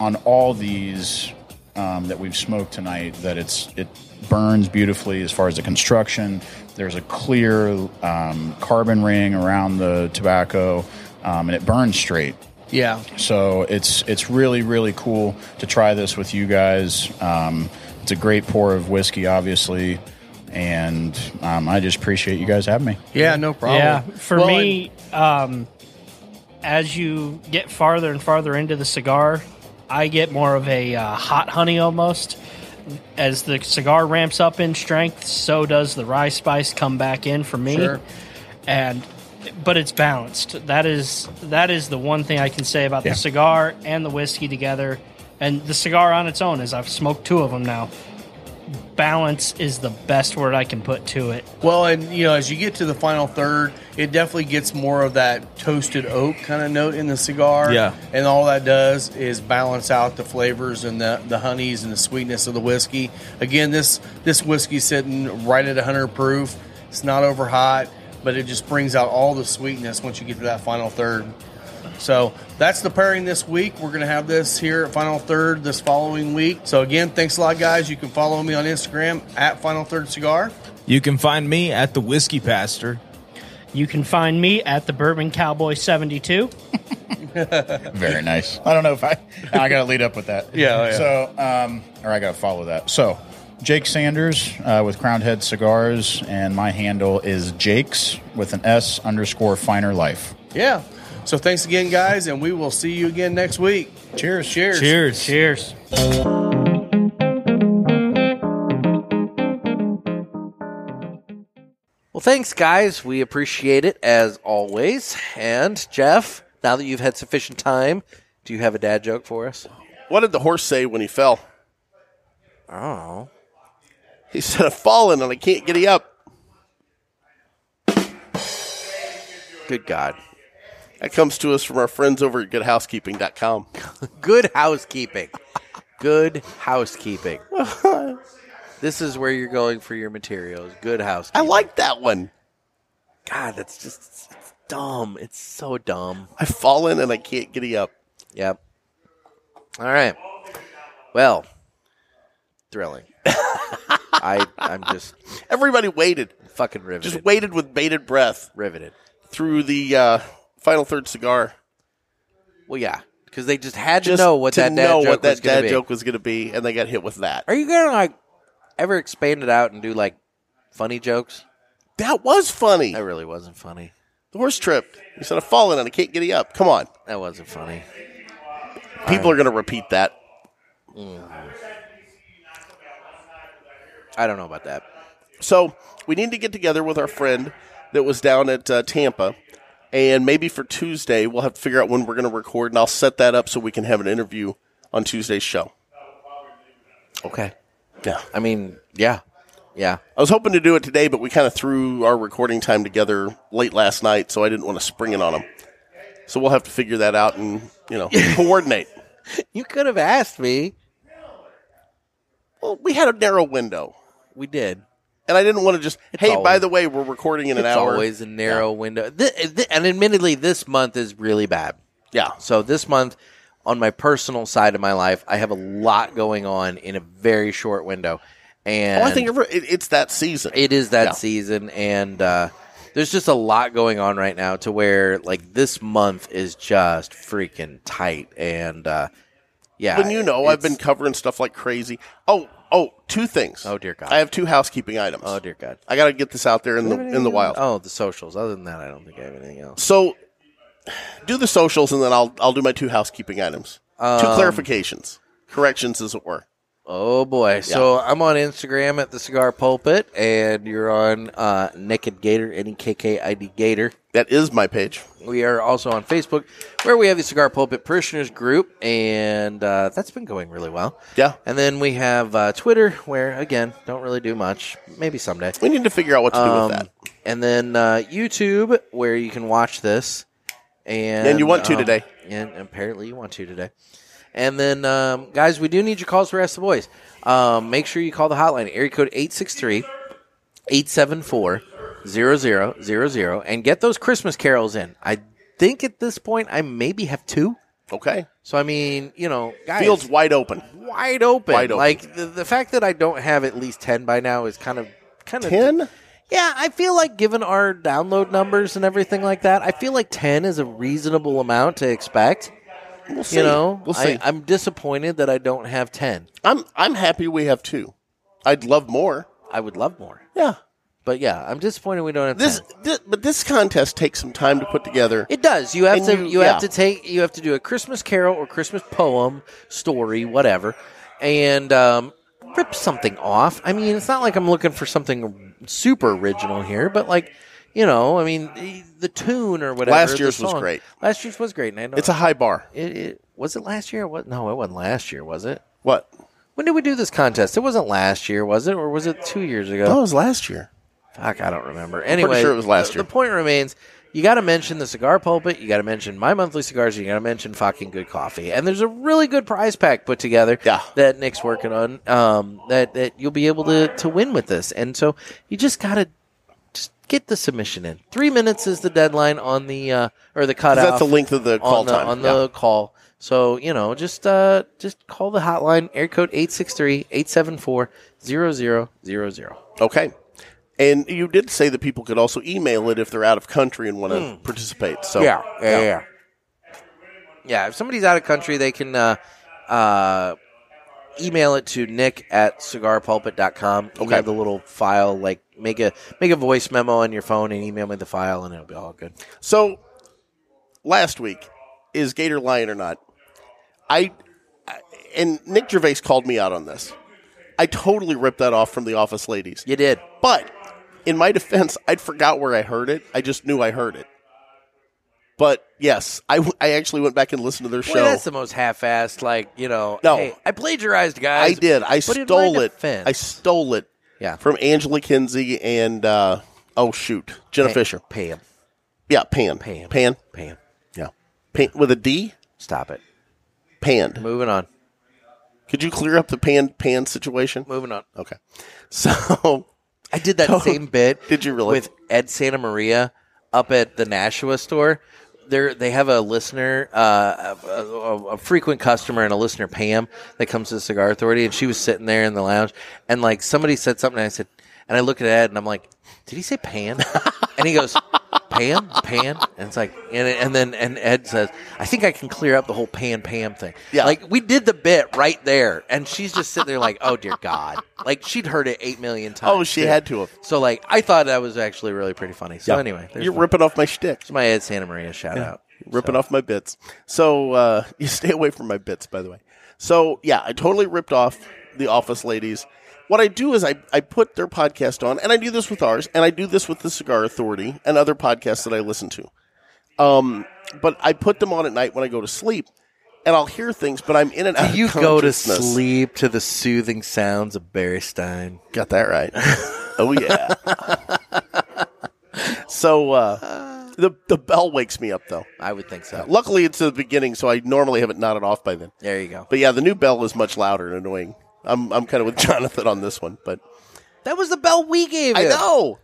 on all these um, that we've smoked tonight, that it's it burns beautifully as far as the construction. There's a clear um, carbon ring around the tobacco, um, and it burns straight.
Yeah.
So it's it's really really cool to try this with you guys. Um, it's a great pour of whiskey, obviously, and um, I just appreciate you guys having me.
Yeah, no problem.
Yeah, for
Well,
me, um, as you get farther and farther into the cigar, I get more of a uh, hot honey almost. As the cigar ramps up in strength, so does the rye spice come back in for me.
Sure.
And but it's balanced. That is that is the one thing I can say about
Yeah.
the cigar and the whiskey together. And the cigar on its own, as I've smoked two of them now, balance is the best word I can put to it.
Well, and you know, as you get to the final third, it definitely gets more of that toasted oak kind of note in the cigar.
Yeah.
and all that does is balance out the flavors and the, the honeys and the sweetness of the whiskey. Again, this this whiskey sitting right at 100 proof. It's not over hot, but it just brings out all the sweetness once you get to that final third. So that's the pairing this week. We're going to have this here at Final Third this following week. So again, thanks a lot, guys. You can follow me on Instagram at Final Third Cigar.
You can find me at the Whiskey Pastor.
You can find me at the Bourbon Cowboy 72.
Very nice. I don't know if I. I got to lead up with that.
Yeah, yeah.
So, um, or I got to follow that. So, Jake Sanders uh, with Crowned Head Cigars, and my handle is Jake's with an S underscore Finer Life.
Yeah. So thanks again, guys, and we will see you again next week.
Cheers.
Cheers.
Cheers.
Cheers.
Well, thanks, guys. We appreciate it as always. And Jeff, now that you've had sufficient time, do you have a dad joke for us?
What did the horse say when he fell?
Oh.
He said, I've fallen and I can't giddy up.
Good God.
That comes to us from our friends over at goodhousekeeping.com.
Good housekeeping. Good housekeeping. this is where you're going for your materials. Good
I
housekeeping.
like that one.
God, that's just it's dumb. It's so dumb.
I've fallen and I can't giddy up.
Yep. All right. Well, thrilling. I I'm just
Everybody waited,
fucking riveted.
just waited with bated breath
riveted.
through the uh, final third cigar.
Well, yeah, because they just had to
Just
know what
to
that dad
know
joke
what
was
that
going to
dad
be.
joke was going to be, and they got hit with that.
Are you gonna like ever expand it out and do like funny jokes?
That was funny.
That really wasn't funny.
The horse tripped. He said, I've fallen and I can't giddy up. Come on.
That wasn't funny.
People are going to repeat that.
I don't know about that.
So we need to get together with our friend that was down at uh, Tampa, and maybe for Tuesday we'll have to figure out when we're going to record, and I'll set that up so we can have an interview on Tuesday's show.
Okay.
Yeah.
I mean, yeah. Yeah.
I was hoping to do it today, but we kind of threw our recording time together late last night, so I didn't want to spring it on them. So we'll have to figure that out and you know coordinate.
You could have asked me.
Well, we had a narrow window,
We did.
and I didn't want to just. hey, by
always-
the way, we're recording in an
it's
hour.
always a narrow window. Th- th- and admittedly, this month is really bad.
Yeah.
So this month, on my personal side of my life, I have a lot going on in a very short window, and
oh, I think it- it's that season.
it is that
Yeah.
season, and uh, there's just a lot going on right now to where like this month is just freaking tight, and uh, yeah,
when you know I've been
it's-
covering stuff like crazy. Oh, oh, two things.
Oh, dear God.
I have two housekeeping items.
Oh dear God!
I got to get this out there in the in the wild.
Oh, the socials. Other than that, I don't think I have anything else.
So, do the socials, and then I'll I'll do my two housekeeping items, two
Um,
clarifications, corrections, as it were.
Oh boy! So I'm on Instagram at the Cigar Pulpit, and you're on uh, Naked Gator, N E K K I D Gator.
That is my page.
We are also on Facebook, where we have the Cigar Pulpit Parishioners group, and uh, that's been going really well.
Yeah,
And then we have uh, Twitter, where again, don't really do much. Maybe someday.
we need to figure out what to do
Um,
with that.
And then uh, YouTube, where you can watch this. And, um,
And you want to today.
And apparently you want to today. And then, um, guys, we do need your calls for Ask the Boys. Um, make sure you call the hotline, area code 863 874 0000, and get those Christmas carols in. I think at this point I maybe have two.
Okay,
So, I mean, you know, guys
field's wide open.
wide open.
Wide open.
Like the, the fact that I don't have at least ten by now is kind of kind of
Ten?
Yeah, I feel like given our download numbers and everything like that, I feel like ten is a reasonable amount to expect.
We'll see.
You know,
we'll see.
I, I'm disappointed that I don't have ten.
I'm I'm happy we have two. I'd love more.
I would love more,
Yeah.
but yeah, I'm disappointed we don't have
This,
10.
thi- but this contest takes some time to put together.
It does. You have
And
to. You,
you-
have
yeah.
to take. You have to do a Christmas carol or Christmas poem, story, whatever, and um, rip something off. I mean, it's not like I'm looking for something super original here, but like, you know, I mean, the, the tune or whatever.
Last
the
year's was
song-
great.
Last year's was great, and I know
It's a high bar.
It, it was it last year. What? No, it wasn't last year, was it?
What?
When did we do this contest? It wasn't last year, was it? Or was it two years ago?
That was last year.
Fuck, I don't remember. Anyway,
sure it was last
the-
year.
The point remains: you got to mention the cigar pulpit. You got to mention my monthly cigars. You got to mention fucking good coffee. And there's a really good prize pack put together.
Yeah.
that Nick's working on. Um, that that you'll be able to to win with this. And so you just got to just get the submission in. Three minutes is the deadline on the uh, or the cutoff.
That's the length of the call
on the,
time.
on the call. So you know, just uh, just call the hotline, air code 863-874-0000.
Yeah. Okay. And you did say that people could also email it if they're out of country and want to participate. So
Hmm. yeah, yeah, yeah. Yeah, if somebody's out of country, they can uh, uh, email it to nick at cigarpulpit.com. You
Okay.
have the little file, like make a make a voice memo on your phone and email me the file, and it'll be all good.
So last week is Gator lying or not? I I- and Nick Gervais called me out on this. I totally ripped that off from the Office Ladies.
You did.
But in my defense, I'd forgot where I heard it. I just knew I heard it. But yes, I, w- I actually went back and listened to their
Boy,
show.
that's the most half-assed, like, you know,
No.
hey, I plagiarized, guys.
I did. I
But in
stole
my
it.
defense-
I stole it
yeah.
from Angela Kinsey and uh, oh shoot, Jenna Fisher.
Pam.
Yeah, Pan.
Pan.
Pan.
Pam.
Yeah. Pan with a D.
Stop it.
Panned.
Moving on.
Could you clear up the pan pan situation?
Moving on.
Okay. So
I did that
So-
same bit.
Did you really?
With Ed Santa Maria up at the Nashua store. There, they have a listener, uh, a, a, a frequent customer, and a listener, Pam, that comes to the Cigar Authority, and she was sitting there in the lounge, and like somebody said something, and I said, and I look at Ed, and I'm like, did he say Pam? and he goes, Pam, Pam, and it's like, and, and then and Ed says, I think I can clear up the whole Pan Pam thing.
Yeah.
like we did the bit right there, and she's just sitting there like, oh dear God, like she'd heard it eight million times.
Oh, she
too.
had to have.
So like, I thought that was actually really pretty funny. So anyway, there's
you're
my,
ripping off my shtick.
there's my Ed Santa Maria shout out.
Ripping off my bits. So uh, you stay away from my bits, by the way. So yeah, I totally ripped off the office ladies. What I do is I, I put their podcast on, and I do this with ours, and I do this with the Cigar Authority and other podcasts that I listen to. Um, but I put them on at night when I go to sleep, and I'll hear things, but I'm in and
Do
out. of
you go to
consciousness.
sleep to the soothing sounds of Barry Stein?
Got that right. Oh yeah. so uh, the the bell wakes me up though.
I would think so.
luckily, it's the beginning, so I normally have it nodded off by then.
There you go.
But yeah, the new bell is much louder and annoying. I'm I'm kind of with Jonathan on this one, but
That was the bell we gave.
I
you.
know.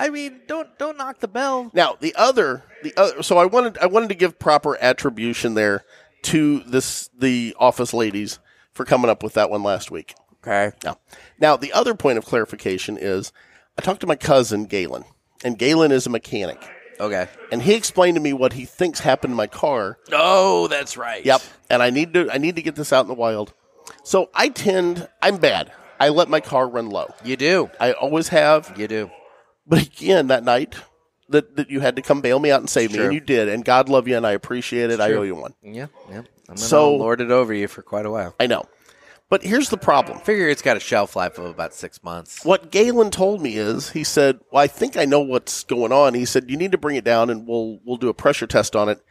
I mean, don't don't knock the bell.
Now the other, the other. So I wanted, I wanted to give proper attribution there to this, the office ladies for coming up with that one last week.
Okay.
Now, now the other point of clarification is, I talked to my cousin Galen, and Galen is a mechanic,
Okay.
and he explained to me what he thinks happened to my car.
Oh, that's right.
Yep, and I need to, I need to get this out in the wild. So I tend, I'm bad. I let my car run low.
You do.
I always have.
You do.
But again, that night that, that you had to come bail me out and save me,
Sure.
and you did, and God love you, and I appreciate it. I
true.
owe you one.
Yeah. Yeah. I'm gonna
So-
lord it over you for quite a while.
I know. But here's the problem.
Figure it's got a shelf life of about six months.
What Galen told me is he said, Well, I think I know what's going on. He said, You need to bring it down and we'll we'll do a pressure test on it.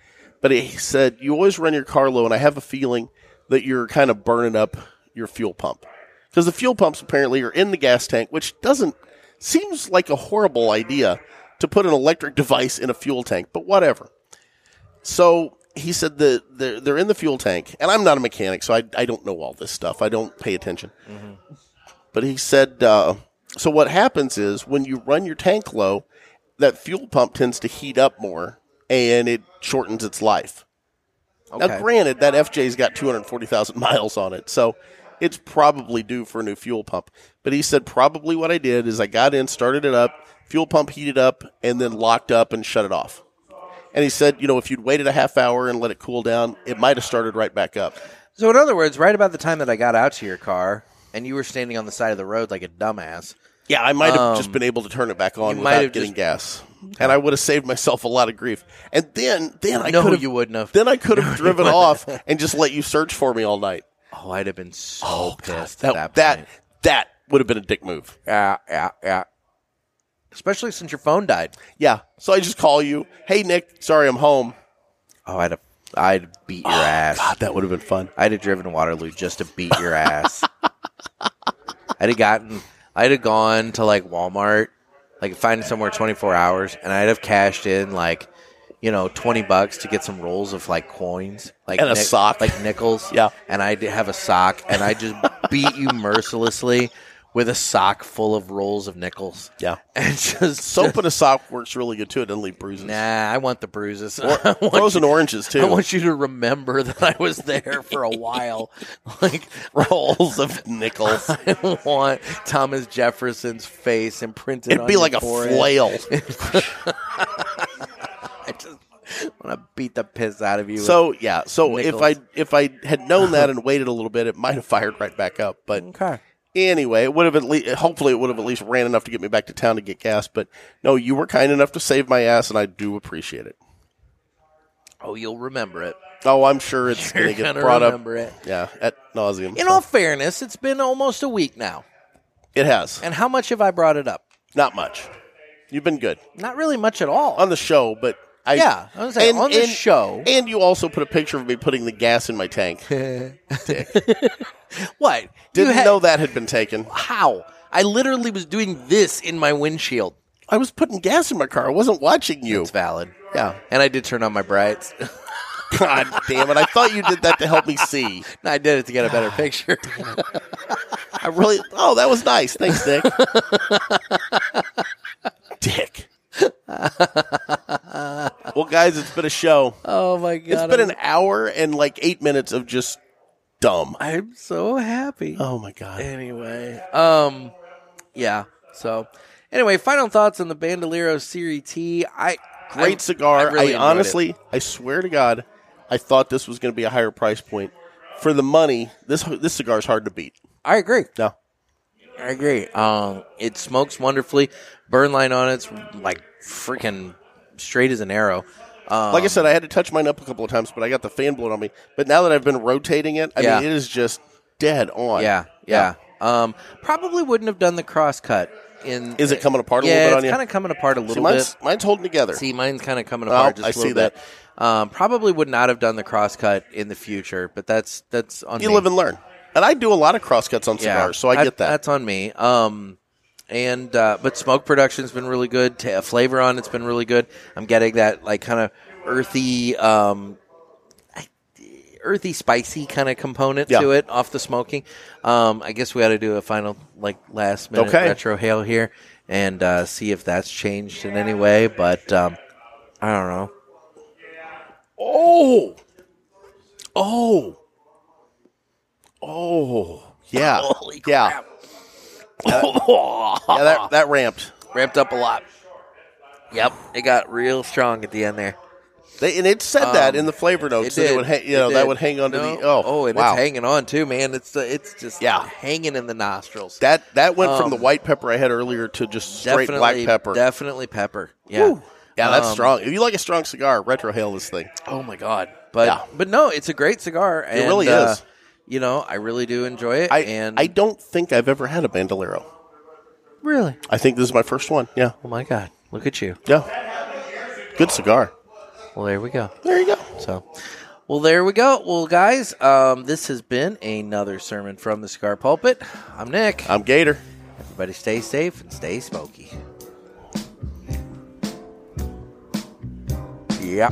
But he said, You always run your car low, and I have a feeling that you're kind of burning up your fuel pump. Because the fuel pumps apparently are in the gas tank, which doesn't seems like a horrible idea to put an electric device in a fuel tank, but whatever. So he said the they're, they're in the fuel tank, and I'm not a mechanic, so I, I don't know all this stuff. I don't pay attention. But he said, uh, so what happens is when you run your tank low, that fuel pump tends to heat up more, and it shortens its life. Now,
Okay.
granted, that FJ's got 240,000 miles on it, so it's probably due for a new fuel pump. But he said probably what I did is I got in, started it up, fuel pump heated up, and then locked up and shut it off. And he said, you know, if you'd waited a half hour and let it cool down, it might have started right back up.
So, in other words, right about the time that I got out to your car and you were standing on the side of the road like a dumbass,
Yeah, I might have
Um,
just been able to turn it back on
you might
without
have
getting
just-
gas, and I would have saved myself a lot of grief. And then, then I
No,
could have,
you wouldn't have.
Then I could have driven
wouldn't.
off and just let you search for me all night.
oh, I'd have been so pissed
That
at that,
that,
point.
that would have been a dick move.
Yeah, yeah, yeah. Especially since your phone died.
Yeah. So I just call you. Hey Nick, sorry I'm home.
Oh, I'd have, I'd beat your ass.
God, that would have been fun.
I'd have driven to Waterloo just to beat your ass. I'd have gotten, I'd have gone to like Walmart, like find somewhere 24 hours, and I'd have cashed in like, you know, 20 bucks to get some rolls of like coins, like
And a sock.
like nickels.
Yeah.
And I'd have a sock, and I'd just beat you mercilessly with a sock full of rolls of nickels.
Yeah.
And just
Soap and a sock works really good too. It doesn't leave bruises.
Nah, I want the bruises.
Or,
I want
frozen oranges too.
I want you to remember that I was there for a while. Like rolls of
nickels.
I want Thomas Jefferson's face imprinted.
It'd
on
be
your
like a
forehead.
flail.
I just want to beat the piss out of you.
so yeah. So
Nickels.
if I if I had known that and waited a little bit, it might have fired right back up. But
okay,
Anyway, it would have at least, hopefully, it would have at least ran enough to get me back to town to get gas. But no, you were kind enough to save my ass, and I do appreciate it.
oh, you'll remember it.
Oh, I'm sure it's
You're
going to get
gonna
brought up.
remember it.
Yeah, at nauseum.
In all fairness, it's been almost a week now,
it has
and how much have I brought it up?
not much. You've been good
Not really much at all.
on the show, but I
Yeah, I was gonna say, on the show.
and you also put a picture of me putting the gas in my tank. Dick.
what? You
Didn't
had-
know that had been taken.
how. I literally was doing this in my windshield.
I was putting gas in my car. I wasn't watching you.
It's valid.
Yeah.
And I did turn on my brights.
God damn it! I thought you did that to help me see.
I did it to get a better picture.
I really. Oh, that was nice. Thanks, Dick. Dick. well, guys, it's been a show.
oh my
It's
god.
been
I'm,
an hour and like eight minutes of just dumb.
I'm so happy.
Oh my god.
Anyway. Um yeah. So anyway, final thoughts on the Bandolero Serie T. I
Great
I-
cigar. I,
really enjoyed it.
honestly, I swear to God, I thought this was going to be a higher price point. For the money, this this cigar is hard to beat.
I agree.
No,
I agree. Um it smokes wonderfully. Burn line on it's like freaking straight as an arrow. Um,
like I said, I had to touch mine up a couple of times, but I got the fan blown on me. But now that I've been rotating it, I
Yeah.
mean, it is just dead on.
Yeah, yeah. Um, probably wouldn't have done the cross cut. In
Is it coming apart a
yeah,
little bit
it's
on you?
kind of coming apart a
See,
little
mine's-
bit.
Mine's holding together.
See, mine's kind of coming
Oh,
apart. just
I
a little
see that.
bit. Um, probably would not have done the cross cut in the future, but that's that's on
You
me.
live and learn. And I do a lot of crosscuts on
Yeah,
cigars, so I get that.
That's on me. Um, and uh, but smoke production's been really good. Ta flavor on it's been really good. I'm getting that like kind of earthy, um, I- earthy, spicy kind of component
Yeah.
to it off the smoking. Um, I guess we ought to do a final like last minute
Okay.
retro hail here and uh, see if that's changed in any way. But um, I don't know.
Oh, oh, oh, yeah, yeah, Uh, yeah. That that ramped,
ramped up a lot. Yep, it got real strong at the end there.
They, and it said that in the flavor notes that it
Um, did.
would hang- you know, that
did.
would hang onto the-
No.
oh,
oh, and
wow.
it's hanging on too, man. It's uh, it's just yeah. hanging in the nostrils.
That that went from
Um,
the white pepper I had earlier to just straight
definitely,
black pepper.
definitely pepper. Yeah,
Woo. yeah, that's
Um,
strong. If you like a strong cigar, retrohale this thing.
Oh my god! But
Yeah.
but no, it's a great cigar.
It
And,
really
uh,
is.
you know, I really do enjoy it.
I
and
I don't think I've ever had a bandolero.
really,
I think this is my first one. Yeah.
oh my god, look at you.
Yeah. Good cigar.
Well, there we go.
There you go.
So, well, there we go. Well, guys, um, this has been another sermon from the cigar pulpit. I'm Nick.
I'm Gator.
Everybody, stay safe and stay smoky. Yeah.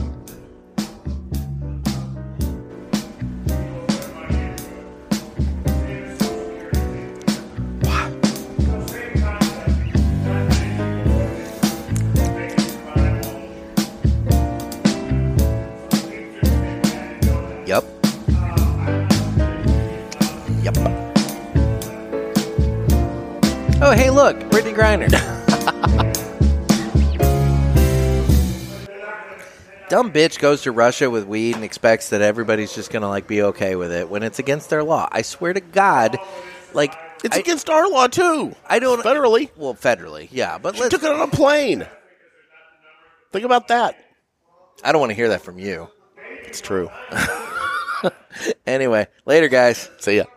Yep. Yep. Oh, hey, look, Brittany Griner. Dumb bitch goes to Russia with weed and expects that everybody's just gonna like be okay with it when it's against their law. I swear to God, like
It's
I-
against our law too.
I don't
federally.
Well, federally, yeah, but
She
let's,
took it on a plane. Think about that.
I don't want to hear that from you.
It's true.
anyway, later, guys.
See ya.